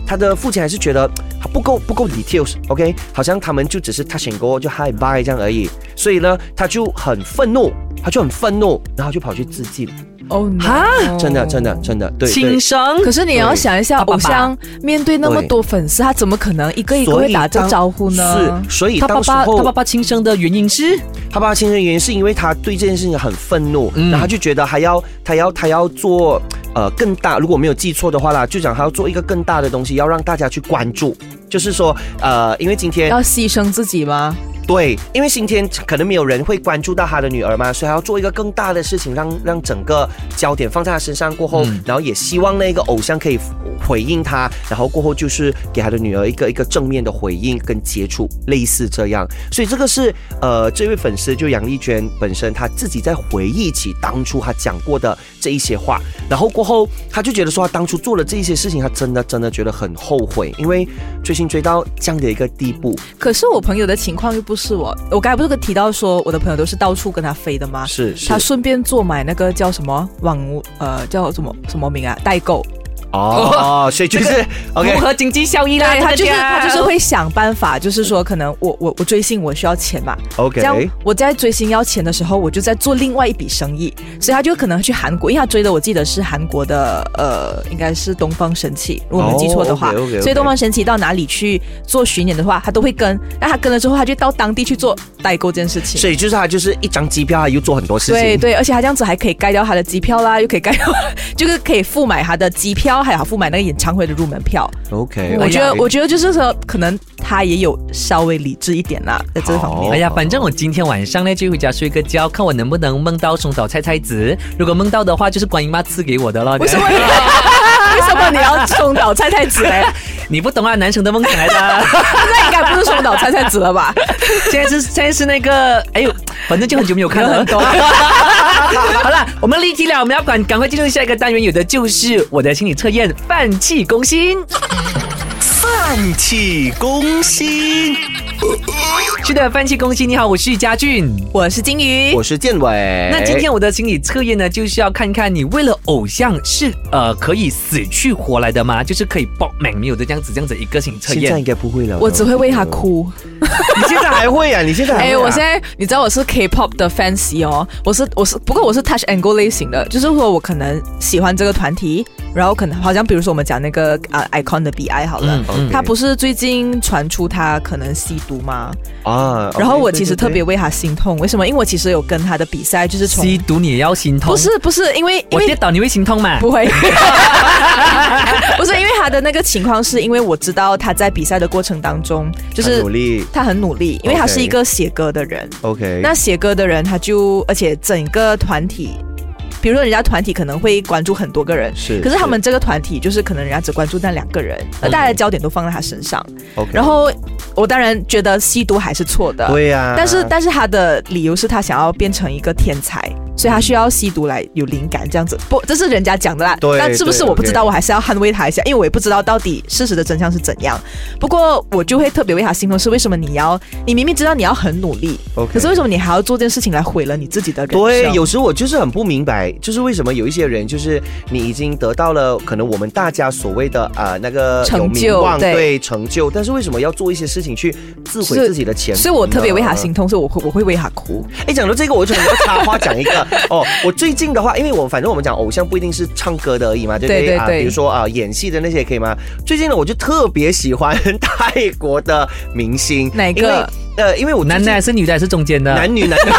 Speaker 5: 他的父亲还是觉得他不够不够 details。OK，好像他们就只是 touch and go，就 hi bye 这样而已。所以呢，他就很愤怒，他就很愤怒，然后就跑去自尽。
Speaker 4: 哦，
Speaker 3: 哈
Speaker 5: 真的，真的，真的，对对
Speaker 3: 轻。生
Speaker 4: 可是你也要想一下，
Speaker 3: 对爸
Speaker 4: 偶
Speaker 3: 爸
Speaker 4: 像面对那么
Speaker 5: 对
Speaker 4: 多粉丝，他怎么可能一个一个
Speaker 5: 所
Speaker 4: 会
Speaker 5: 以
Speaker 4: 打这
Speaker 5: 当
Speaker 4: 招呼呢？
Speaker 5: 是，所以
Speaker 3: 他爸
Speaker 5: 当时
Speaker 3: 爸
Speaker 5: 候
Speaker 3: 他爸爸轻生的原因是
Speaker 5: 他爸爸亲生原因是因为他对这件事情很愤怒，
Speaker 3: 嗯
Speaker 5: 然后他就觉得还要他要他要做呃更大，如果没有记错的话啦，就讲他要做一个更大的东西，要让大家去关注。就是说，呃，因为今天
Speaker 4: 要牺牲自己吗？
Speaker 5: 对，因为今天可能没有人会关注到他的女儿嘛，所以他要做一个更大的事情，让让整个焦点放在他身上过后，
Speaker 3: 嗯
Speaker 5: 然后也希望那个偶像可以回应他，然后过后就是给他的女儿一个一个正面的回应跟接触，类似这样。所以这个是呃，这位粉丝就杨丽娟本身她自己在回忆起当初她讲过的这一些话，然后过后她就觉得说啊她当初做了这一些事情，她真的真的觉得很后悔，因为追星追到这样的一个地步，
Speaker 4: 可是我朋友的情况又不是我，我刚才不是提到说我的朋友都是到处跟他飞的吗？
Speaker 5: 是是
Speaker 4: 他顺便做买那个叫什么网呃叫什么什么名啊代购，
Speaker 5: 哦，所以就是 OK
Speaker 3: 符合经济效益啦？
Speaker 4: 他就是
Speaker 3: 大家
Speaker 4: 他就是会想办法，就是说可能我我我追星我需要钱嘛，这样
Speaker 5: OK，
Speaker 4: 我在追星要钱的时候，我就在做另外一笔生意，所以他就可能去韩国，因为他追的我记得是韩国的呃，应该是东方神起，如果没记错的话。
Speaker 5: 哦，OK，OK，OK
Speaker 4: 所以东方神起到哪里去做巡演的话，他都会跟。那他跟了之后，他就到当地去做代购这件事情。
Speaker 5: 所以就是他就是一张机票，他又做很多事
Speaker 4: 对
Speaker 5: 情。
Speaker 4: 对，而且他这样子还可以盖掉他的机票啦，又可以盖掉，就是可以付买他的机票，还有付买那个演唱会的入门票。
Speaker 5: OK，
Speaker 4: 我觉得，我觉得就是说，可能他也有稍微理智一点啦，在这方面。
Speaker 5: 好
Speaker 3: 哎呀，反正我今天晚上呢就回家睡个觉，看我能不能梦到松岛菜菜子。如果梦到的话，就是观音妈赐给我的了。
Speaker 4: 为什么？ 为什么你要冲倒菜菜子 嘞？
Speaker 3: 你不懂啊，男生的梦想来的。
Speaker 4: 那应该不是松岛菜菜子了吧？
Speaker 3: 现在是现在是那个，哎呦，反正就很久没有看了。 好了，我们离题了，我们要赶赶快进入下一个单元，有的就是我的心理测验，犯气攻心。
Speaker 6: 泛起攻心。
Speaker 3: 是的，犯气攻心，你好，我是嘉俊。
Speaker 4: 我是金鱼，
Speaker 5: 我是建伟。
Speaker 4: 哎
Speaker 3: 那今天我的心理测验呢，就是要看看你为了偶像是呃可以死去活来的吗？就是可以报满没有的这样子这样子一个心理测
Speaker 5: 现在
Speaker 3: 验
Speaker 5: 应。该不会了，
Speaker 4: 我只会为他。哭。
Speaker 5: 你现在还会啊？你现在还会
Speaker 4: 哎，
Speaker 5: 啊
Speaker 4: 我现在你知道我是 K-pop 的 fans 哦，我是我是，不过我是 touch and go 类型的，就是说我可能喜欢这个团体，然后可能好像比如说我们讲那个啊、Icon 的 BI 好了。
Speaker 3: 嗯嗯，
Speaker 4: 他不是最近传出他可能吸毒吗？
Speaker 5: 啊
Speaker 4: 然后我
Speaker 5: OK，
Speaker 4: 其实特别
Speaker 5: 对
Speaker 4: 为他心痛，为什么？因为我其实有跟他的比赛，就是从
Speaker 3: 吸毒你也要心痛？
Speaker 4: 不，是不是因为因
Speaker 3: 我
Speaker 4: 为
Speaker 3: 跌倒你会心痛吗？
Speaker 4: 不会， 不是因为他的那个情况，是因为我知道他在比赛的过程当中，就
Speaker 5: 对
Speaker 4: 是
Speaker 5: 很努力。
Speaker 4: 他很努力，因为他
Speaker 5: OK
Speaker 4: 是一个写歌的人。
Speaker 5: OK，
Speaker 4: 那写歌的人，他就而且整个团体，比如说人家团体可能会关注很多个人。
Speaker 5: 是嗯
Speaker 4: 可是他们这个团体就是可能人家只关注那两个人，而大家的焦点都放在他身上。
Speaker 5: OK，
Speaker 4: 然后我当然觉得吸毒还是错的，
Speaker 5: 对呀，
Speaker 4: 但是但是他的理由是他想要变成一个天才，所以他需要吸毒来有灵感这样子。不，这是人家讲的啦。
Speaker 5: 对
Speaker 4: 但是不是
Speaker 5: 对
Speaker 4: 我不知道，
Speaker 5: OK
Speaker 4: 我还是要捍卫他一下，因为我也不知道到底事实的真相是怎样。不过我就会特别为他心痛，是为什么你要？你明明知道你要很努力
Speaker 5: OK
Speaker 4: 可是为什么你还要做件事情来毁了你自己的人生？
Speaker 5: 对，有时候我就是很不明白，就是为什么有一些人，就是你已经得到了可能我们大家所谓的啊、呃那个
Speaker 4: 成
Speaker 5: 有名
Speaker 4: 就
Speaker 5: 望
Speaker 4: 对
Speaker 5: 对成就，但是为什么要做一些事情去自毁
Speaker 4: 是
Speaker 5: 自己的前途呢？
Speaker 4: 所以我特别为他心痛，所以我会我会为他哭。
Speaker 5: 哎，讲到这个，我就想要插话讲一个 哦。我最近的话，因为我反正我们讲偶像不一定是唱歌的而已嘛，对不对
Speaker 4: 对对
Speaker 5: 啊？
Speaker 4: 对
Speaker 5: 比如说啊、演戏的那 些也可以吗？最近呢，我就特别喜欢泰国的明星，
Speaker 4: 哪个
Speaker 5: 因为呃，因为我最
Speaker 3: 男
Speaker 5: 近
Speaker 3: 的还是女的还是中间的？
Speaker 5: 男女男女。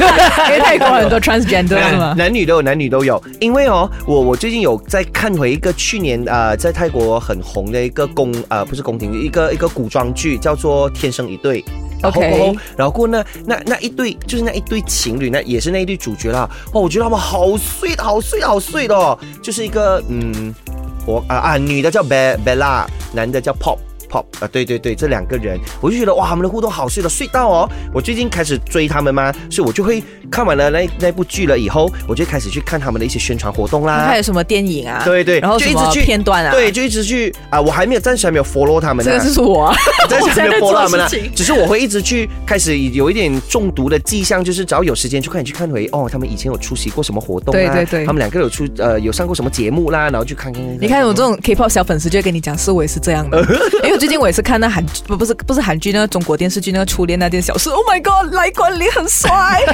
Speaker 4: 因为泰国很 多 transgender 嘛
Speaker 5: 男。啊男女都有，男女都有。因为哦，我我最近有在看回一个去年呃在泰国很红的一个宫呃不是宫廷剧，一个一个古装剧叫做《天生一对》。然后
Speaker 4: OK
Speaker 5: 过后，然后过后那那那一对就是那一对情侣，那也是那一对主角啦。哦，我觉得他们好 sweet，好 sweet，好 sweet 的哦。就是一个嗯，我啊啊，女的叫 Be Bella，男的叫 Pop。Pop 啊，对对对，这两个人，我就觉得哇，他们的互动好睡的睡到哦。我最近开始追他们嘛，所以我就会看完了那那部剧了以后，我就开始去看他们的一些宣传活动啦
Speaker 4: 还。有什么电影啊？
Speaker 5: 对对，
Speaker 4: 然后
Speaker 5: 就
Speaker 4: 什
Speaker 5: 一
Speaker 4: 么
Speaker 5: 直去
Speaker 4: 片段啊？
Speaker 5: 对，，就一直去啊，我还没有暂时还没有 follow 他们呢
Speaker 4: 这，个就是我啊。
Speaker 5: 暂时还没有 follow 他们呢啊
Speaker 4: 我现在在做事情。
Speaker 5: 只是我会一直去开始有一点中毒的迹象，就是只要有时间就快点去看回哦，他们以前有出席过什么活动啦，
Speaker 4: 对对对
Speaker 5: 他们两个有出呃有上过什么节目啦，然后去看看。
Speaker 4: 你看我这种 K-pop 小粉丝就会跟你讲，是我也是这样的，因为最近我也是看那韩不不是不是韩剧那个中国电视剧那个初恋那件小事，Oh my God，来管理很帅，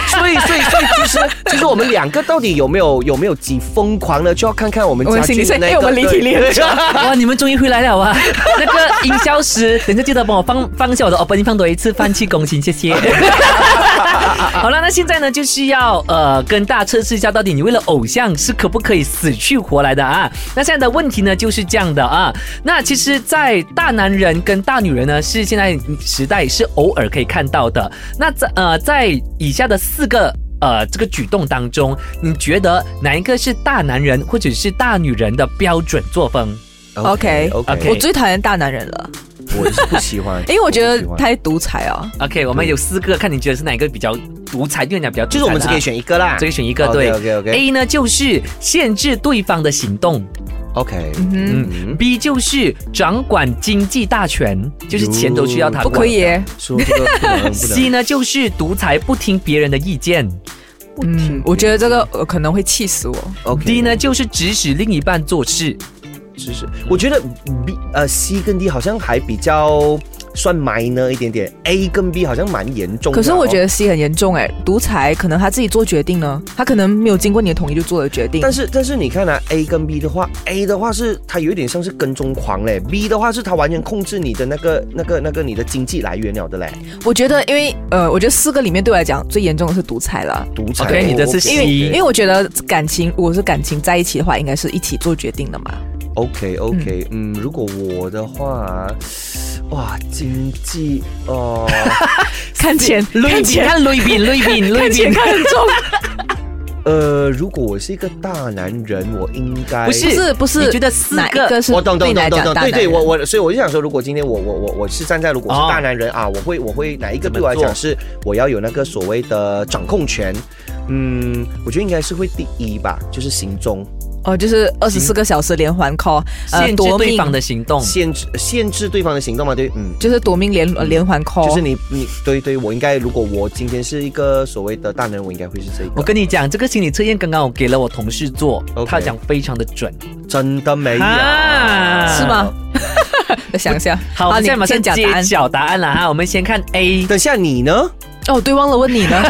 Speaker 5: 所以，所以，所以，其实，其实我们两个到底有没有有没有几疯狂呢？就要看看我们
Speaker 4: 我们
Speaker 5: 家
Speaker 4: 心里
Speaker 5: 俊
Speaker 4: 想
Speaker 5: 那
Speaker 4: 哎
Speaker 5: 个
Speaker 4: 我们离题
Speaker 5: 对
Speaker 4: 离 很久
Speaker 3: 哇，你们终于回来了啊！那个营销师，等一下记得帮我放放下我的 open 放多一次放弃公斤，谢谢。好了，那现在呢，就是要呃跟大家测试一下，到底你为了偶像是可不可以死去活来的啊？那现在的问题呢，就是这样的啊。那其实，在大男人跟大女人呢，是现在时代是偶尔可以看到的。那在呃，在以下的四个。呃，这个举动当中，你觉得哪一个是大男人或者是大女人的标准作风？
Speaker 4: OK
Speaker 5: OK，
Speaker 3: OK
Speaker 4: 我最讨厌大男人了，
Speaker 5: 我是不喜欢，
Speaker 4: 因为我觉
Speaker 5: 不喜
Speaker 4: 得
Speaker 5: 欢
Speaker 4: 太独裁哦。
Speaker 3: OK，我们有四个，看你觉得是哪一个比较独裁，对你来讲比较独裁
Speaker 5: 就是我们只可以选一个啦，
Speaker 3: 只可以选一个，对。
Speaker 4: 哎
Speaker 5: OK，OK，OK，OK，
Speaker 3: A 呢就是限制对方的行动，
Speaker 4: 嗯
Speaker 3: 嗯，B 就是掌管经济大权，就是钱都需要他
Speaker 4: 哼，不
Speaker 3: 管。
Speaker 4: 可以耶。
Speaker 5: 说这个不能不
Speaker 3: C
Speaker 5: 能。
Speaker 3: 呢就是独裁，不听别人的意见。
Speaker 4: 嗯，我觉得这个呃可能会气死我。
Speaker 5: OK
Speaker 3: D 呢就是指使另一半做事。
Speaker 5: 知识，我觉得 B 呃 C 跟 D 好像还比较算 minor 一点点，A 跟 B 好像蛮严重的
Speaker 4: 可
Speaker 5: 哦。
Speaker 4: 是我觉得 C 很严重哎，独裁可能他自己做决定呢，他可能没有经过你的同意就做了决定。
Speaker 5: 但是但是你看啊，A 跟 B 的话，A 的话是他有一点像是跟踪狂嘞，B 的话是他完全控制你的那个那个那个你的经济来源了的嘞，
Speaker 4: 我觉得，因为呃，我觉得四个里面对我来讲最严重的是独裁了。
Speaker 5: 独裁。
Speaker 3: OK，你的是 C
Speaker 4: 因为因
Speaker 5: OK
Speaker 4: 为我觉得感情，如果是感情在一起的话，应该是一起做决定的嘛。
Speaker 5: OK OK，嗯，如果我的话，哇，经济 哦，
Speaker 4: 看钱，
Speaker 3: 雷
Speaker 4: 看
Speaker 3: 宾，
Speaker 4: 钱，
Speaker 3: 看雷宾，雷宾，雷
Speaker 4: 看
Speaker 3: 宾
Speaker 4: 钱，。看很重。
Speaker 5: 呃，如果我是一个大男人，我应该
Speaker 3: 不是
Speaker 4: 不是哎不是，
Speaker 3: 你觉得四个
Speaker 4: 哪一个是
Speaker 5: 我哦懂
Speaker 4: 对
Speaker 5: 懂
Speaker 4: 你来
Speaker 5: 懂
Speaker 4: 讲
Speaker 5: 懂懂，
Speaker 4: 大
Speaker 5: 对
Speaker 4: 男
Speaker 5: 对，
Speaker 4: 人
Speaker 5: 我我所以我就想说，如果今天我我我我是站在如果是大男人、啊，我会我会哪一个对我来
Speaker 3: 哦怎么
Speaker 5: 讲
Speaker 3: 做
Speaker 5: 是我要有那个所谓的掌控权？嗯，我觉得应该是会第一吧，就是行踪
Speaker 4: 哦，就是二十四个小时连环 call，呃，
Speaker 3: 限制
Speaker 4: 夺
Speaker 3: 对
Speaker 4: 命
Speaker 3: 方的行动。
Speaker 5: 限制限制对方的行动嘛，对，嗯。
Speaker 4: 就是夺命连呃连环
Speaker 3: 哦
Speaker 4: call，
Speaker 5: 就是你，你对对，我应该，如果我今天是一个所谓的大男人，我应该会是这个。
Speaker 3: 我跟你讲，这个心理测验刚刚我给了我同事做，
Speaker 5: OK
Speaker 3: 他讲非常的准。
Speaker 5: 真的没有，
Speaker 3: 啊
Speaker 4: 是吗？ 想一下，
Speaker 3: 好，我们
Speaker 4: 你
Speaker 3: 现在马上
Speaker 4: 先讲答
Speaker 3: 揭
Speaker 4: 案。
Speaker 3: 晓答案了哈。我们先看 A，
Speaker 5: 等下你呢？
Speaker 4: 哦，对，忘了问你呢，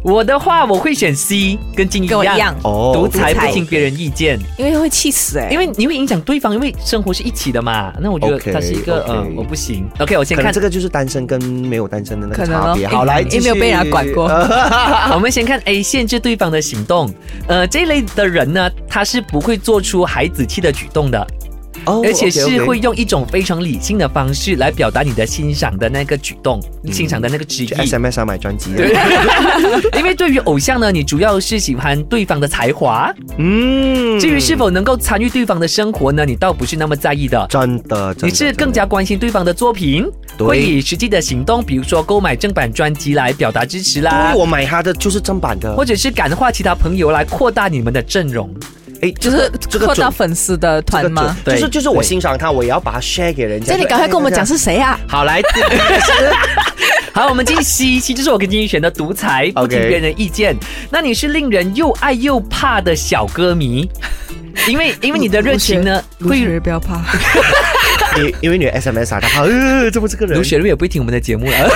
Speaker 3: 我的话我会选 C，跟金一
Speaker 4: 跟我一样
Speaker 3: 样，，
Speaker 5: 哦
Speaker 3: 独裁
Speaker 4: 独裁
Speaker 3: 不听别人意见，
Speaker 4: 因为会气死哎，
Speaker 3: 因为你会影响对方，因为生活是一起的嘛。那我觉得
Speaker 5: OK，
Speaker 3: 他是一个
Speaker 5: OK
Speaker 3: 嗯，我不行。OK，我先
Speaker 5: 可能
Speaker 3: 看
Speaker 5: 这个就是单身跟没有单身的那个
Speaker 4: 可能
Speaker 5: 差
Speaker 4: 哦
Speaker 5: 别。
Speaker 4: 因
Speaker 5: 好，来，
Speaker 4: 因为
Speaker 5: 继续
Speaker 4: 没有被人家管过
Speaker 5: 啊
Speaker 3: 我们先看 A，限制对方的行动。呃，这类的人呢，他是不会做出孩子气的举动的，
Speaker 5: 哦
Speaker 3: 而且是
Speaker 5: OK，OK
Speaker 3: 会用一种非常理性的方式来表达你的欣赏的那个举动，欣赏的那个旨意
Speaker 5: 嗯去。SMS 啊上买专辑的。
Speaker 3: 因为 对于 偶像呢，你主要是喜欢对方的才华，
Speaker 5: 嗯，
Speaker 3: 至于是否能够参与对方的生活呢，你倒不是那么在意的。
Speaker 5: 真的，真的
Speaker 3: 你是更加关心对方的作品，
Speaker 5: 对
Speaker 3: 会以实际的行动，比如说购买正版专辑来表达支持
Speaker 5: 真的
Speaker 3: 啦
Speaker 5: 因为，我买他的就是正版的
Speaker 3: 或，者是感化其他朋友来扩大你们的阵容。
Speaker 5: 哎，
Speaker 4: 就是
Speaker 5: 这个
Speaker 4: 扩大
Speaker 5: 准
Speaker 4: 粉丝的
Speaker 5: 这个
Speaker 4: 团吗
Speaker 5: 准？
Speaker 3: 对
Speaker 5: 就是就是我
Speaker 3: 对
Speaker 5: 欣赏他，我也要把它 share 给人家。
Speaker 4: 所以你赶快跟我们讲
Speaker 5: 哎。
Speaker 4: 是谁啊？
Speaker 5: 好来，第一个是
Speaker 3: 好，我们进 C 期，就是我跟金选的独裁，不听
Speaker 5: OK
Speaker 3: 别人意见。那你是令人又爱又怕的小歌迷，因为因为你的热情呢，
Speaker 4: 卢雪
Speaker 3: 会
Speaker 4: 瑞不要怕，
Speaker 5: 哎你，因为你的 SMS 啊，他怕呃，怎么这个人？
Speaker 3: 卢雪瑞也不会听我们的节目了。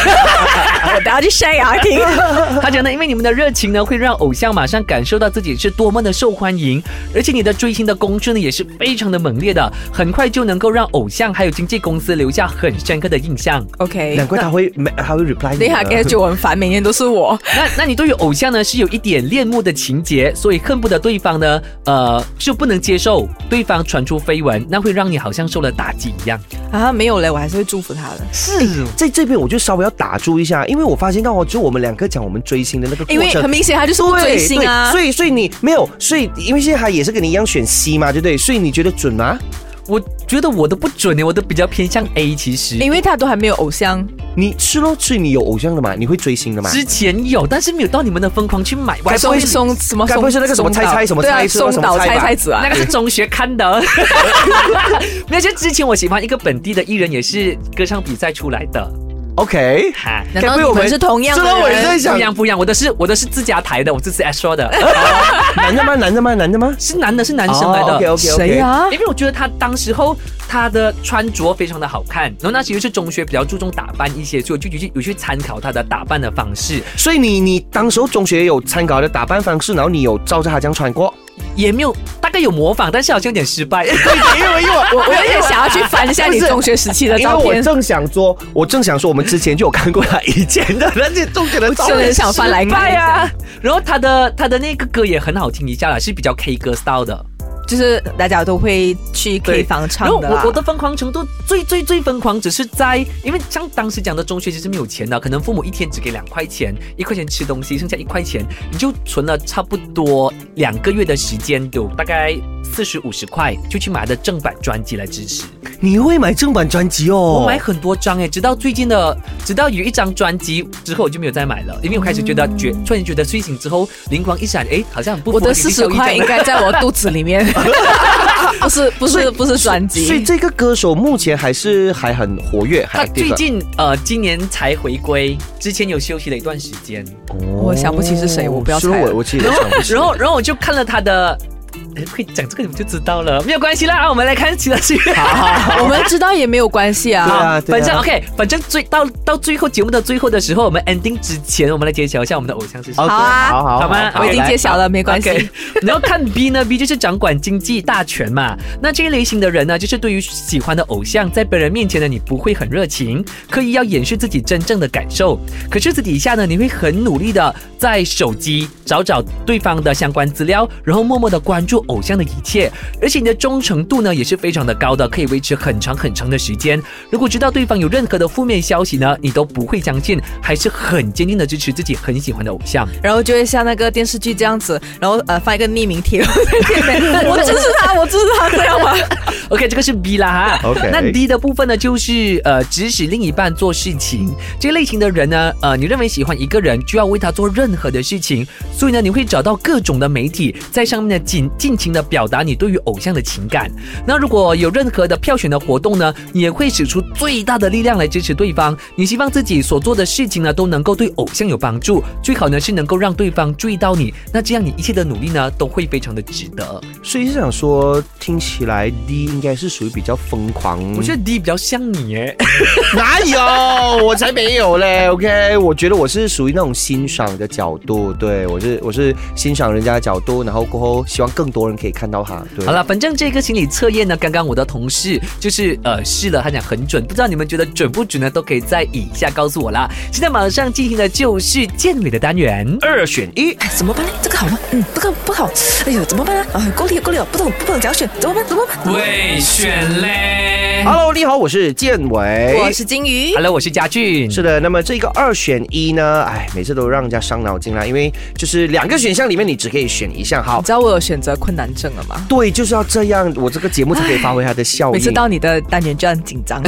Speaker 4: 我等下去晒牙听。
Speaker 3: 他讲呢，因为你们的热情呢，会让偶像马上感受到自己是多么的受欢迎，而且你的追星的攻势呢，也是非常的猛烈的，很快就能够让偶像还有经纪公司留下很深刻的印象。
Speaker 4: OK，
Speaker 5: 难怪他
Speaker 4: 哎
Speaker 5: 会没，他会 reply 你啊的。
Speaker 4: 等一下 get 就很烦，每年都是我。
Speaker 3: 那那你对于偶像呢，是有一点恋慕的情节，所以恨不得对方呢，呃，就不能接受对方传出绯闻，那会让你好像受了打击一样。哎
Speaker 4: 啊，没有嘞，我还是会祝福他的。
Speaker 5: 是，在这边我就稍微要打住一下，因为我发现刚好只有我们两个讲我们追星的那个过程，
Speaker 4: 因为很明显他就是不
Speaker 5: 对
Speaker 4: 追星啊
Speaker 5: 对所以所以你没有，所以因为现在他也是跟你一样选 C 嘛，对不对？所以你觉得准吗？
Speaker 3: 我觉得我的不准呢，我都比较偏向 A，其实。
Speaker 4: 因为他都还没有偶像，
Speaker 5: 你是咯，所以你有偶像的嘛？你会追星的嘛？
Speaker 3: 之前有，但是没有到你们的疯狂去买。我还
Speaker 4: 该
Speaker 3: 说
Speaker 4: 不会是松什么松？
Speaker 5: 该不会是那个什么猜猜什么
Speaker 4: 对啊，
Speaker 5: 猜什么
Speaker 4: 松
Speaker 5: 什么
Speaker 4: 岛
Speaker 5: 猜吧
Speaker 4: 猜猜子啊
Speaker 3: 那？个是中学看的，没有。就之前我喜欢一个本地的艺人，也是歌唱比赛出来的。
Speaker 5: OK，
Speaker 3: 哈，
Speaker 4: 难道你们是同样
Speaker 5: 这
Speaker 4: 的
Speaker 5: 个我也在
Speaker 4: 人？
Speaker 3: 不
Speaker 5: 想
Speaker 3: 一，样不一样，我的是我的是自家台的，我这是 S 说的，
Speaker 5: 男的吗？男的吗？男的吗？
Speaker 3: 是男的，是男生来的。
Speaker 5: OK OK
Speaker 4: 谁啊呀？
Speaker 5: OK。
Speaker 3: 因为我觉得他当时候他的穿着非常的好看，然后那时候是中学比较注重打扮一些，所以我就有去有去参考他的打扮的方式，
Speaker 5: 所以你你当时候中学有参考的打扮方式，然后你有照着他这样穿过。
Speaker 3: 也没有大概有模仿，但是好像有点失败。
Speaker 5: 因为因为
Speaker 4: 我我有点想要去翻一下你
Speaker 5: 不是
Speaker 4: 中学时期的
Speaker 5: 因为
Speaker 4: 照
Speaker 5: 我
Speaker 4: 片，
Speaker 5: 正想说，我正想说，我们之前就有看过他以前的那些中学的照
Speaker 4: 就很
Speaker 5: 片。
Speaker 4: 想翻来看
Speaker 3: 拜
Speaker 4: 一下。
Speaker 3: 啊！然后他的他的那个歌也很好听一下啦，是比较 K 歌 style 的。
Speaker 4: 就是大家都会去 K 房唱的啊
Speaker 3: 然后
Speaker 4: 啦
Speaker 3: 我我的疯狂程度最最最疯狂，只是在因为像当时讲的中学其实没有钱啊的，可能父母一天只给两块钱，一块钱吃东西，剩下一块钱你就存了差不多两个月的时间，有大概四十五十块就去买的正版专辑来支持。
Speaker 5: 你会买正版专辑哦？
Speaker 3: 我买很多张哎，直到最近的，直到有一张专辑之后我就没有再买了，因为我开始觉得觉突然觉得睡醒之后灵光一闪，哎，好像很不符
Speaker 4: 我
Speaker 3: 合
Speaker 4: 的
Speaker 3: 经济
Speaker 4: 四
Speaker 3: 效
Speaker 4: 十
Speaker 3: 益这
Speaker 4: 块
Speaker 3: 样
Speaker 4: 应该在我肚子里 面， 不是不
Speaker 5: 所以
Speaker 4: 是不是专
Speaker 5: 所以
Speaker 4: 辑。
Speaker 5: 这个歌手目前还是还很活跃，还
Speaker 3: 他
Speaker 5: active
Speaker 3: 最近呃，今年才回归，之前有休息了一段时间。
Speaker 4: 我想不起是谁我不要
Speaker 5: 哦是不是
Speaker 4: 猜了
Speaker 5: 我我其实也 想不起。
Speaker 3: 然后，然后我就看了他的，哎会讲这个你们就知道了，没有关系啦。我们来看其他剧。
Speaker 4: 我们知道也没有关系
Speaker 5: 对
Speaker 4: 啊。
Speaker 5: 啊，对啊
Speaker 3: 反正 OK，反正最到到最后节目的最后的时候，我们 ending 之前，我们来揭晓一下我们的偶像是谁。
Speaker 5: OK，
Speaker 4: 好啊
Speaker 5: 哦好好
Speaker 3: 好吗
Speaker 4: 我已经
Speaker 3: 来
Speaker 4: 揭晓了，没关系。
Speaker 3: OK，然后看 B 呢，B 就是掌管经济大权嘛。那这一类型的人呢，就是对于喜欢的偶像，在本人面前呢，你不会很热情，刻意要掩饰自己真正的感受。可是私底下呢，你会很努力的在手机找找对方的相关资料，然后默默的关注偶像的一切，而且你的忠诚度呢也是非常的高的，可以维持很长很长的时间。如果知道对方有任何的负面消息呢，你都不会相信，还是很坚定的支持自己很喜欢的偶像。
Speaker 4: 然后就会像那个电视剧这样子，然后呃发一个匿名 贴，我支持他，我支持他，这样吗？
Speaker 3: OK，这个是 B 啦哈。
Speaker 5: OK
Speaker 3: 那 D 的部分呢，就是呃，指使另一半做事情。这类型的人呢，呃，你认为喜欢一个人就要为他做任何的事情，所以呢，你会找到各种的媒体在上面呢尽尽情的表达你对于偶像的情感。那如果有任何的票选的活动呢，你也会使出最大的力量来支持对方。你希望自己所做的事情呢，都能够对偶像有帮助，最好呢是能够让对方注意到你。那这样你一切的努力呢，都会非常的值得。
Speaker 5: 所以是想说，听起来 D 应该是属于比较疯狂。
Speaker 3: 我觉得 D 比较像你耶。
Speaker 5: 哪有，我才没有嘞。OK，我觉得我是属于那种欣赏的角度，对我是我是欣赏人家的角度，然后过后希望更多人可以看到他。对，
Speaker 3: 好了，反正这个心理测验呢，刚刚我的同事就是呃试了，他讲很准，不知道你们觉得准不准呢？都可以在以下告诉我啦。现在马上进行的就是健美的单元，
Speaker 5: 二选一，
Speaker 2: 哎，怎么办呢？这个好吗？嗯，这个不好。哎呦，怎么办呢？啊，够力了，够
Speaker 4: 哦
Speaker 2: 力了，不懂，不懂，怎样选？怎么办？怎么办？
Speaker 3: 未选嘞。
Speaker 5: Hello，你好，我是建伟，
Speaker 4: 我是金鱼，
Speaker 3: Hello，我是嘉俊。
Speaker 5: 是的，那么这个二选一呢，哎，每次都让人家伤脑筋啦，因为就是两个选项里面你只可以选一项。好
Speaker 4: 你，知道我有选择困难症了吗？
Speaker 5: 对，就是要这样，我这个节目才可以发挥它的效
Speaker 4: 每次
Speaker 5: 应。
Speaker 4: 到你的单元就很紧张，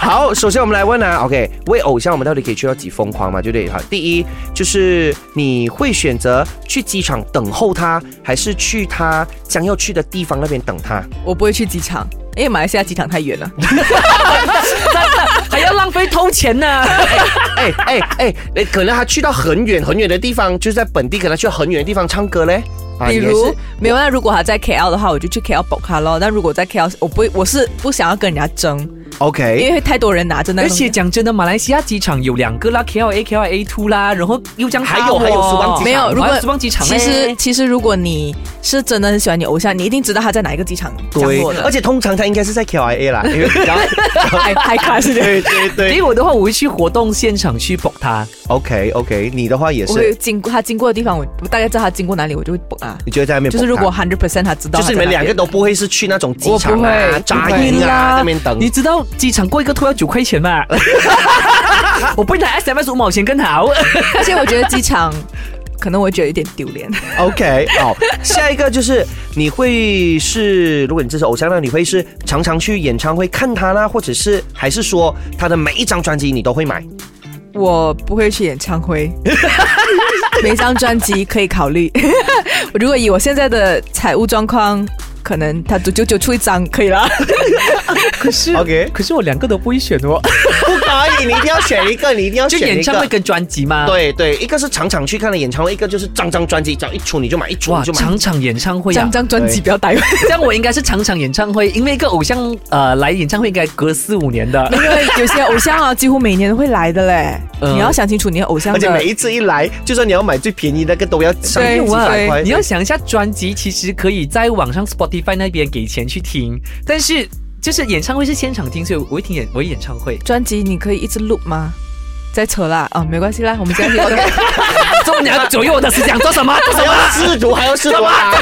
Speaker 5: 好，首先我们来问啊，OK，为偶像我们到底可以去到几疯狂嘛？对不对？好，第一就是你会选择去机场等候他，还是去他将要去的地方那边等他？
Speaker 4: 我不会去机场，因为马来西亚机场太远了。
Speaker 3: 还要浪费偷钱呢？
Speaker 5: 哎哎哎，哎可能他去到很远很远的地方，就是在本地，可能去到很远的地方唱歌嘞。啊
Speaker 4: 比
Speaker 5: 你还
Speaker 4: 如
Speaker 5: 是
Speaker 4: 没有，那如果他在 KL 的话，我就去 KL 保卡咯。但如果在 KL，我不会，我是不想要跟人家争，
Speaker 5: OK，
Speaker 4: 因为太多人拿着那
Speaker 3: 而
Speaker 4: 个。
Speaker 3: 且讲真的，马来西亚机场有两个啦，KLA、KLA Two 啦，然后又这样
Speaker 5: 还有还有苏邦机场
Speaker 4: 没有，如
Speaker 3: 还
Speaker 4: 果
Speaker 3: 有苏邦机场
Speaker 4: 其
Speaker 3: 嘞，
Speaker 4: 实其实如果你是真的很喜欢你偶像，你一定知道他在哪一个机场降
Speaker 5: 对
Speaker 4: 落，的
Speaker 5: 而，且通常他应该是在 KIA 啦， 因为比较
Speaker 4: 还还哎卡是
Speaker 5: 对对
Speaker 3: 给
Speaker 5: 对
Speaker 3: 我的话，我会去活动现场去保他。
Speaker 5: ，OK OK，你的话 也
Speaker 4: 我会
Speaker 5: 是，
Speaker 4: 经过他经过的地方，我我大概知道他经过哪里，我就会蹦啊。
Speaker 5: 你就会在那边
Speaker 4: 就是如
Speaker 5: 蹦
Speaker 4: 果
Speaker 5: 跶
Speaker 4: hundred percent 他知道
Speaker 5: 就
Speaker 4: 他在
Speaker 5: 是你
Speaker 4: 哪
Speaker 5: 们
Speaker 4: 里，
Speaker 5: 两个都不会是去那种机场
Speaker 3: 我
Speaker 5: 啊、
Speaker 3: 不
Speaker 5: 扎营啊在那边等
Speaker 3: 你。知道机场过一个拖要九块钱 吗？我不拿 SMS 五毛钱更好。
Speaker 4: 而且我觉得机场可能我会觉得有点丢脸。
Speaker 5: OK，好，下一个就是你会是，如果你这是偶像，那你会是常常去演唱会看他啦，或者是还是说他的每一张专辑你都会买？
Speaker 4: 我不会去演唱 会，每张专辑可以考虑。 我如果以我现在的财务状况，可能他九九九出一张可以了。
Speaker 3: 可是
Speaker 5: OK
Speaker 3: 可是我两个都不会选 哦，
Speaker 5: 不可以，你一定要选一个，你一定 要
Speaker 3: 就
Speaker 5: 选一个。
Speaker 3: 演唱会跟专辑吗？。
Speaker 5: 对对，一个是常常去看的演唱会，一个就是张张专辑，只要一出你就买，一出
Speaker 3: 哇，
Speaker 5: 你就买。
Speaker 3: 场场演唱 会啊
Speaker 4: 张！张专辑不要打，
Speaker 3: 这样我应该是场场演唱会，因为一个偶像呃来演唱会应该隔四五年 的。
Speaker 4: 因为有些偶像啊，几乎每年都会来的嘞。
Speaker 3: 嗯
Speaker 4: 你要想清楚你的偶像
Speaker 5: 而且
Speaker 4: 的
Speaker 5: 每一次一来，就算你要买最便宜那个，都要上
Speaker 4: 对
Speaker 5: 几百
Speaker 4: 对
Speaker 5: 块。
Speaker 3: 你要想一下，专辑其实可以在网上 Spotify 那边给钱去听，但是就是演唱会是现场听，所以我会听演我会演唱 会。
Speaker 4: 专辑，你可以一直录吗？再扯啦啊，没关系啦，我们今天就
Speaker 3: 中年左右我的思想做什么？做什
Speaker 5: 还
Speaker 3: 么？
Speaker 5: 要试图，还要试图啊！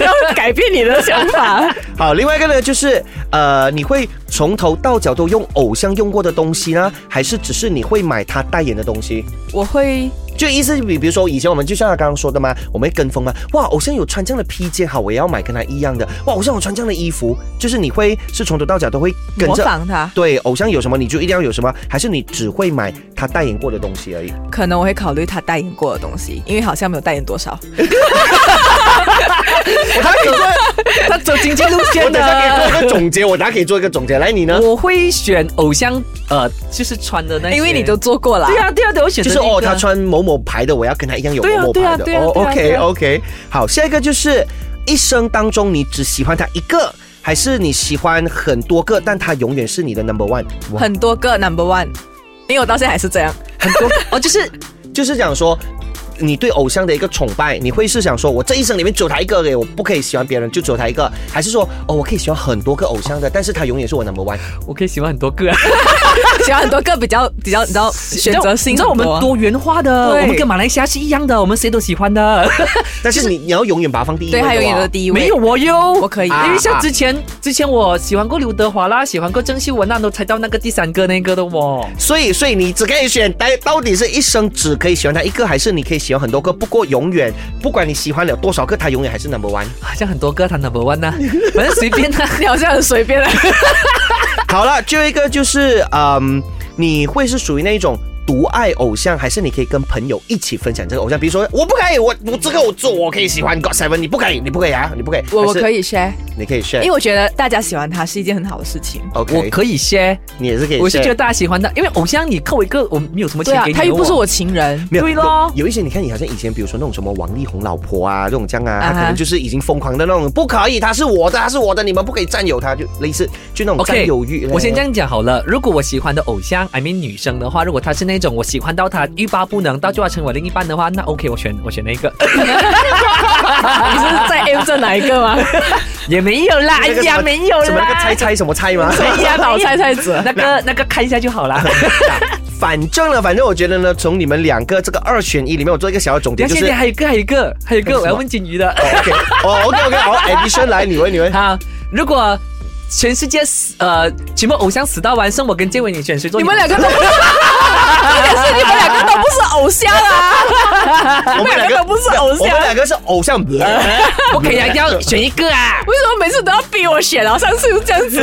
Speaker 4: 要改变你的想法。
Speaker 5: 好，另外一个呢，就是呃，你会从头到脚都用偶像用过的东西呢，还是只是你会买他代言的东西？
Speaker 4: 我会
Speaker 5: 就意思比，比如说以前我们就像他刚刚说的嘛，我们会跟风嘛。哇，偶像有穿这样的披肩，好，我也要买跟他一样的。哇，偶像有穿这样的衣服，就是你会是从头到脚都会跟
Speaker 4: 模
Speaker 5: 着。
Speaker 4: 仿他，
Speaker 5: 对，偶像有什么你就一定要有什么，还是你只会买他代言过的东西而已？
Speaker 4: 可能我会考虑他代言过的东西，因为好像没有代言多少。
Speaker 5: 我拿给做，
Speaker 3: 他走经济路
Speaker 5: 我
Speaker 3: 线
Speaker 5: 等一下可以
Speaker 3: 的。
Speaker 5: 做一个总结，我拿给做一个总结。来，你呢？
Speaker 3: 我会选偶像，呃，就是穿的那些，
Speaker 4: 因为你都做过了，
Speaker 3: 对啊对啊对，我选
Speaker 5: 就
Speaker 3: 择
Speaker 5: 是
Speaker 3: 那个
Speaker 5: 哦，他穿某某牌的，我要跟他一样有某某
Speaker 3: 对
Speaker 5: 牌
Speaker 3: 啊
Speaker 5: 的。
Speaker 3: 对啊对啊
Speaker 5: 哦
Speaker 3: 对啊
Speaker 5: ，OK
Speaker 3: 对啊
Speaker 5: OK，好，下一个就是一生当中你只喜欢他一个，还是你喜欢很多个，但他永远是你的 number one？
Speaker 4: 很多个 number one，因为我到现在还是这样。
Speaker 3: 很 多哦，就是
Speaker 5: 就是讲说。你对偶像的一个崇拜，你会是想说，我这一生里面只有他一个，我不可以喜欢别人，就只有他一个，还是说，哦，我可以喜欢很多个偶像的，但是他永远是我 number one？
Speaker 3: 我可以喜欢很多个、啊，
Speaker 4: 喜欢很多个比较比较，你知道 选择性
Speaker 3: 你知道我
Speaker 4: 很
Speaker 3: 们多元化的，
Speaker 4: 对
Speaker 3: 我们跟马来西亚是一样的，我们谁都喜欢的。
Speaker 5: 但是你你要永远把它放第一位
Speaker 4: 对，
Speaker 5: 的哦。
Speaker 4: 还有你的第一位
Speaker 3: 没有我哟，
Speaker 4: 我可以
Speaker 5: 啊
Speaker 3: 因为像之前之前我喜欢过刘德华啦，喜欢过郑秀文那啊都才到那个第三个那个的哦。
Speaker 5: 所以，所以你只可以选，到到底是一生只可以喜欢他一个，还是你可以喜欢很多个？不过永远，不管你喜欢了多少个，他永远还是 number one。
Speaker 3: 好像很多歌他 number one 呐、反正随便呐、
Speaker 4: 你好像很随便的，啊
Speaker 5: 好了，最后一个就是，嗯，你会是属于那一种独爱偶像，还是你可以跟朋友一起分享这个偶像？比如说，我不可以，我我这个我做，我可以喜欢 God Seven，你不可以，你不可以啊，你不可以。
Speaker 4: 我我可
Speaker 5: 以，
Speaker 4: 以 share，
Speaker 5: 你可以
Speaker 4: 因为
Speaker 5: share。
Speaker 4: 我觉得大家喜欢他是一件很好的事情。
Speaker 5: OK，
Speaker 3: 我可以 share，
Speaker 5: 你也是可以 share。
Speaker 3: 我是觉得大家喜欢的，因为偶像你扣一个，我没有什么
Speaker 4: 对
Speaker 3: 钱
Speaker 4: 啊
Speaker 3: 给，你、哦
Speaker 4: 他又不是。我情 人，
Speaker 5: 没有
Speaker 3: 对咯
Speaker 5: 有有一些你看，你好像以前，比如说那种什么王力宏老婆啊，这种这样啊，
Speaker 4: 啊哈
Speaker 5: 可能就是已经疯狂的那种，不可以，他是我的，他是我的，你们不可以占有他，就类似就那种占
Speaker 3: OK，
Speaker 5: 有欲。
Speaker 3: 我先这，样讲好了。如果我喜欢的偶像，I mean 女生的话，如果她是那种我喜欢到她欲罢不能，到最后成为另一半的话，那 OK，我选我选那个，
Speaker 4: 啊你是在 M 这哪一个 吗？
Speaker 3: 也没有啦，哎
Speaker 5: 那个什
Speaker 3: 呀，
Speaker 5: 么
Speaker 3: 没有
Speaker 5: 什么那个猜
Speaker 3: 啦，
Speaker 5: 猜什么猜 吗？
Speaker 3: 哎呀，
Speaker 4: 老菜菜子
Speaker 3: 那个那个看一下就好啦。
Speaker 5: 反正呢，反正我觉得呢，从你们两个这个二选一里面，我做一个小的总结，
Speaker 3: 等
Speaker 5: 就
Speaker 3: 下，
Speaker 5: 是
Speaker 3: 现在还有一个，还有一个，还有一
Speaker 5: 还有
Speaker 3: 个，
Speaker 5: 什么
Speaker 3: 我要问金鱼的。
Speaker 5: OK，哦 OK OK，好，addition 来，你问你 问，
Speaker 3: 好，如果全世界死呃，全部偶像死到完，剩我跟建伟你选谁做？
Speaker 4: 你们两个都 不是，可是你们两个都不是偶像啊，
Speaker 5: 我们两个
Speaker 4: 都不是偶
Speaker 5: 我
Speaker 4: 像
Speaker 5: 们。两个是 偶像，
Speaker 3: 不可以啊，要选一个啊。
Speaker 4: 为什么每次都要逼我选啊？上次就这样子，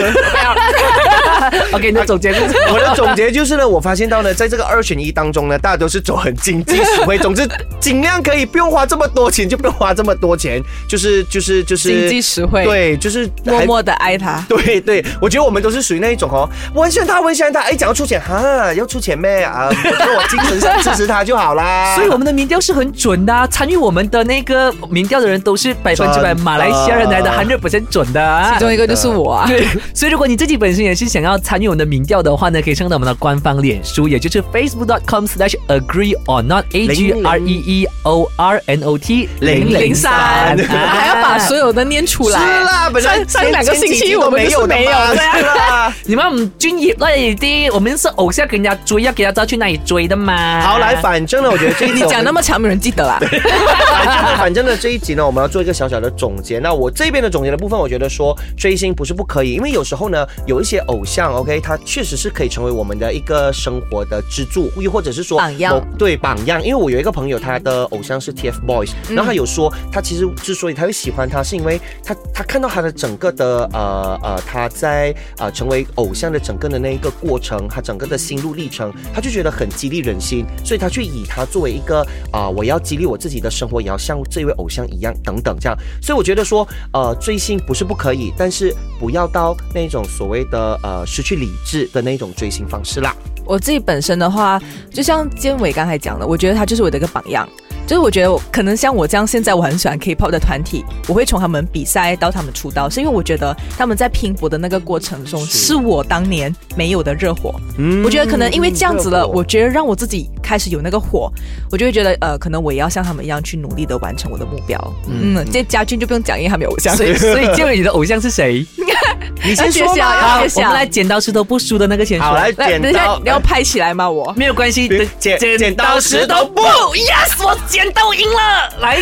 Speaker 3: OK，那总结是
Speaker 5: 我的总结就是呢，我发现到呢，在这个二选一当中呢，大家都是走很经济实 惠，总之尽量可以不用花这么多 钱，就不用花这么多钱，就是就是就是
Speaker 4: 经济实惠
Speaker 5: 对，就是还
Speaker 4: 默默的爱他。
Speaker 5: 对对对，我觉得我们都是属于那一种哦，我很喜欢他，我很喜欢他，哎，讲要出钱哈，要出钱咩啊？我觉得我精神上支持他就好 啦。
Speaker 3: 所以我们的民调是很准的、啊，参与我们的那个民调的人都是百分之百
Speaker 5: 真的
Speaker 3: 马来西亚人来的，hundred percent 准的、啊。
Speaker 4: 其中一个就是我啊。
Speaker 3: 对， 所以如果你自己本身也是想要参与我们的民调的话呢，可以上到我们的官方脸书，也就是 facebook.com/agree or not a g r e e o r n o t 零零三，
Speaker 4: 啊还要把所有的念出
Speaker 5: 是
Speaker 4: 来。
Speaker 5: 啦，本来
Speaker 4: 上上两个
Speaker 5: 前几
Speaker 4: 星期
Speaker 5: 集都
Speaker 4: 我们
Speaker 5: 没
Speaker 4: 就是
Speaker 5: 有的
Speaker 4: 没有
Speaker 5: 嘛
Speaker 4: 对啊
Speaker 5: 是啦。
Speaker 3: 你们唔专业啦，你啲，我们是偶像，给人家追，要给他知道去哪里追的嘛。
Speaker 5: 好，来，，反正呢，我觉得这一集
Speaker 4: 你
Speaker 5: 我
Speaker 4: 讲
Speaker 5: 们
Speaker 4: 那么长，没有人记得啊啦。
Speaker 5: 反正呢，这一集呢，我们要做一个小小的总结。那我这边的总结的部分，我觉得说追星不是不可以，因为有时候呢，有一些偶像，OK，他确实是可以成为我们的一个生活的支柱，又或者是说
Speaker 1: 榜样
Speaker 5: 某，对榜样。因为我有一个朋友，他的偶像是 TFBOYS，然后他有说，他其实之所以他会喜欢他，是因为他他看到他的整个的呃呃他在呃成为偶像的整个的那一个过程，他整个的心路历程，他就觉得很激励人心，所以他去以他作为一个啊、我要激励我自己的生活，也要像这位偶像一样等等这样。所以我觉得说，呃，追星不是不可以，但是不要到那种所谓的呃失去理智的那种追星方式啦。
Speaker 4: 我自己本身的话，就像建伟刚才讲的，我觉得他就是我的一个榜样。就是我觉得我可能像我这样，现在我很喜欢 K-pop 的团体，我会从他们比赛到他们出道，是因为我觉得他们在拼搏的那个过程中，
Speaker 5: 是
Speaker 4: 是我当年没有的热火。
Speaker 5: 嗯
Speaker 4: 我觉得可能因为这样子了，我
Speaker 5: 觉
Speaker 4: 觉得让我自己开始有那个火，我就会觉得呃，可能我也要像他们一样去努力的完成我的目标。嗯，这家俊就不用讲，因为他没有偶像。
Speaker 3: 所以所以 建伟你的偶像是谁？ 啊
Speaker 5: 你
Speaker 4: 要
Speaker 5: 先
Speaker 4: 揭
Speaker 5: 说
Speaker 4: 晓，
Speaker 5: 吧。
Speaker 4: 要
Speaker 3: 好，
Speaker 4: 揭
Speaker 3: 我们
Speaker 4: 晓。
Speaker 3: 来剪刀石头布输的那个先
Speaker 5: 好，
Speaker 3: 说。
Speaker 5: 来剪
Speaker 4: 等一下
Speaker 5: 刀，，
Speaker 4: 你要拍起来吗？我
Speaker 3: 没有关系，等
Speaker 5: 剪剪刀石头布
Speaker 3: ，yes，我剪刀赢了。来，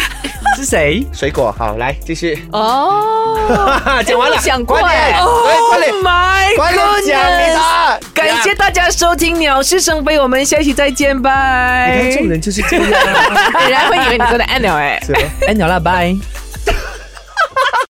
Speaker 3: 是谁？
Speaker 5: 水果，好，来继续。
Speaker 4: 哦，
Speaker 5: 讲完了，
Speaker 4: 我想过
Speaker 5: 快
Speaker 4: 哎
Speaker 5: 点，快点
Speaker 3: Oh，my
Speaker 5: 快点，快点讲给
Speaker 3: goodness！
Speaker 5: 他。
Speaker 3: 感谢大家收听《鸟是生非》，我们下一期再见，拜。
Speaker 5: 人就是这样。
Speaker 4: 人家会以为你真的按了哎。
Speaker 3: 哎，鸟啦，拜。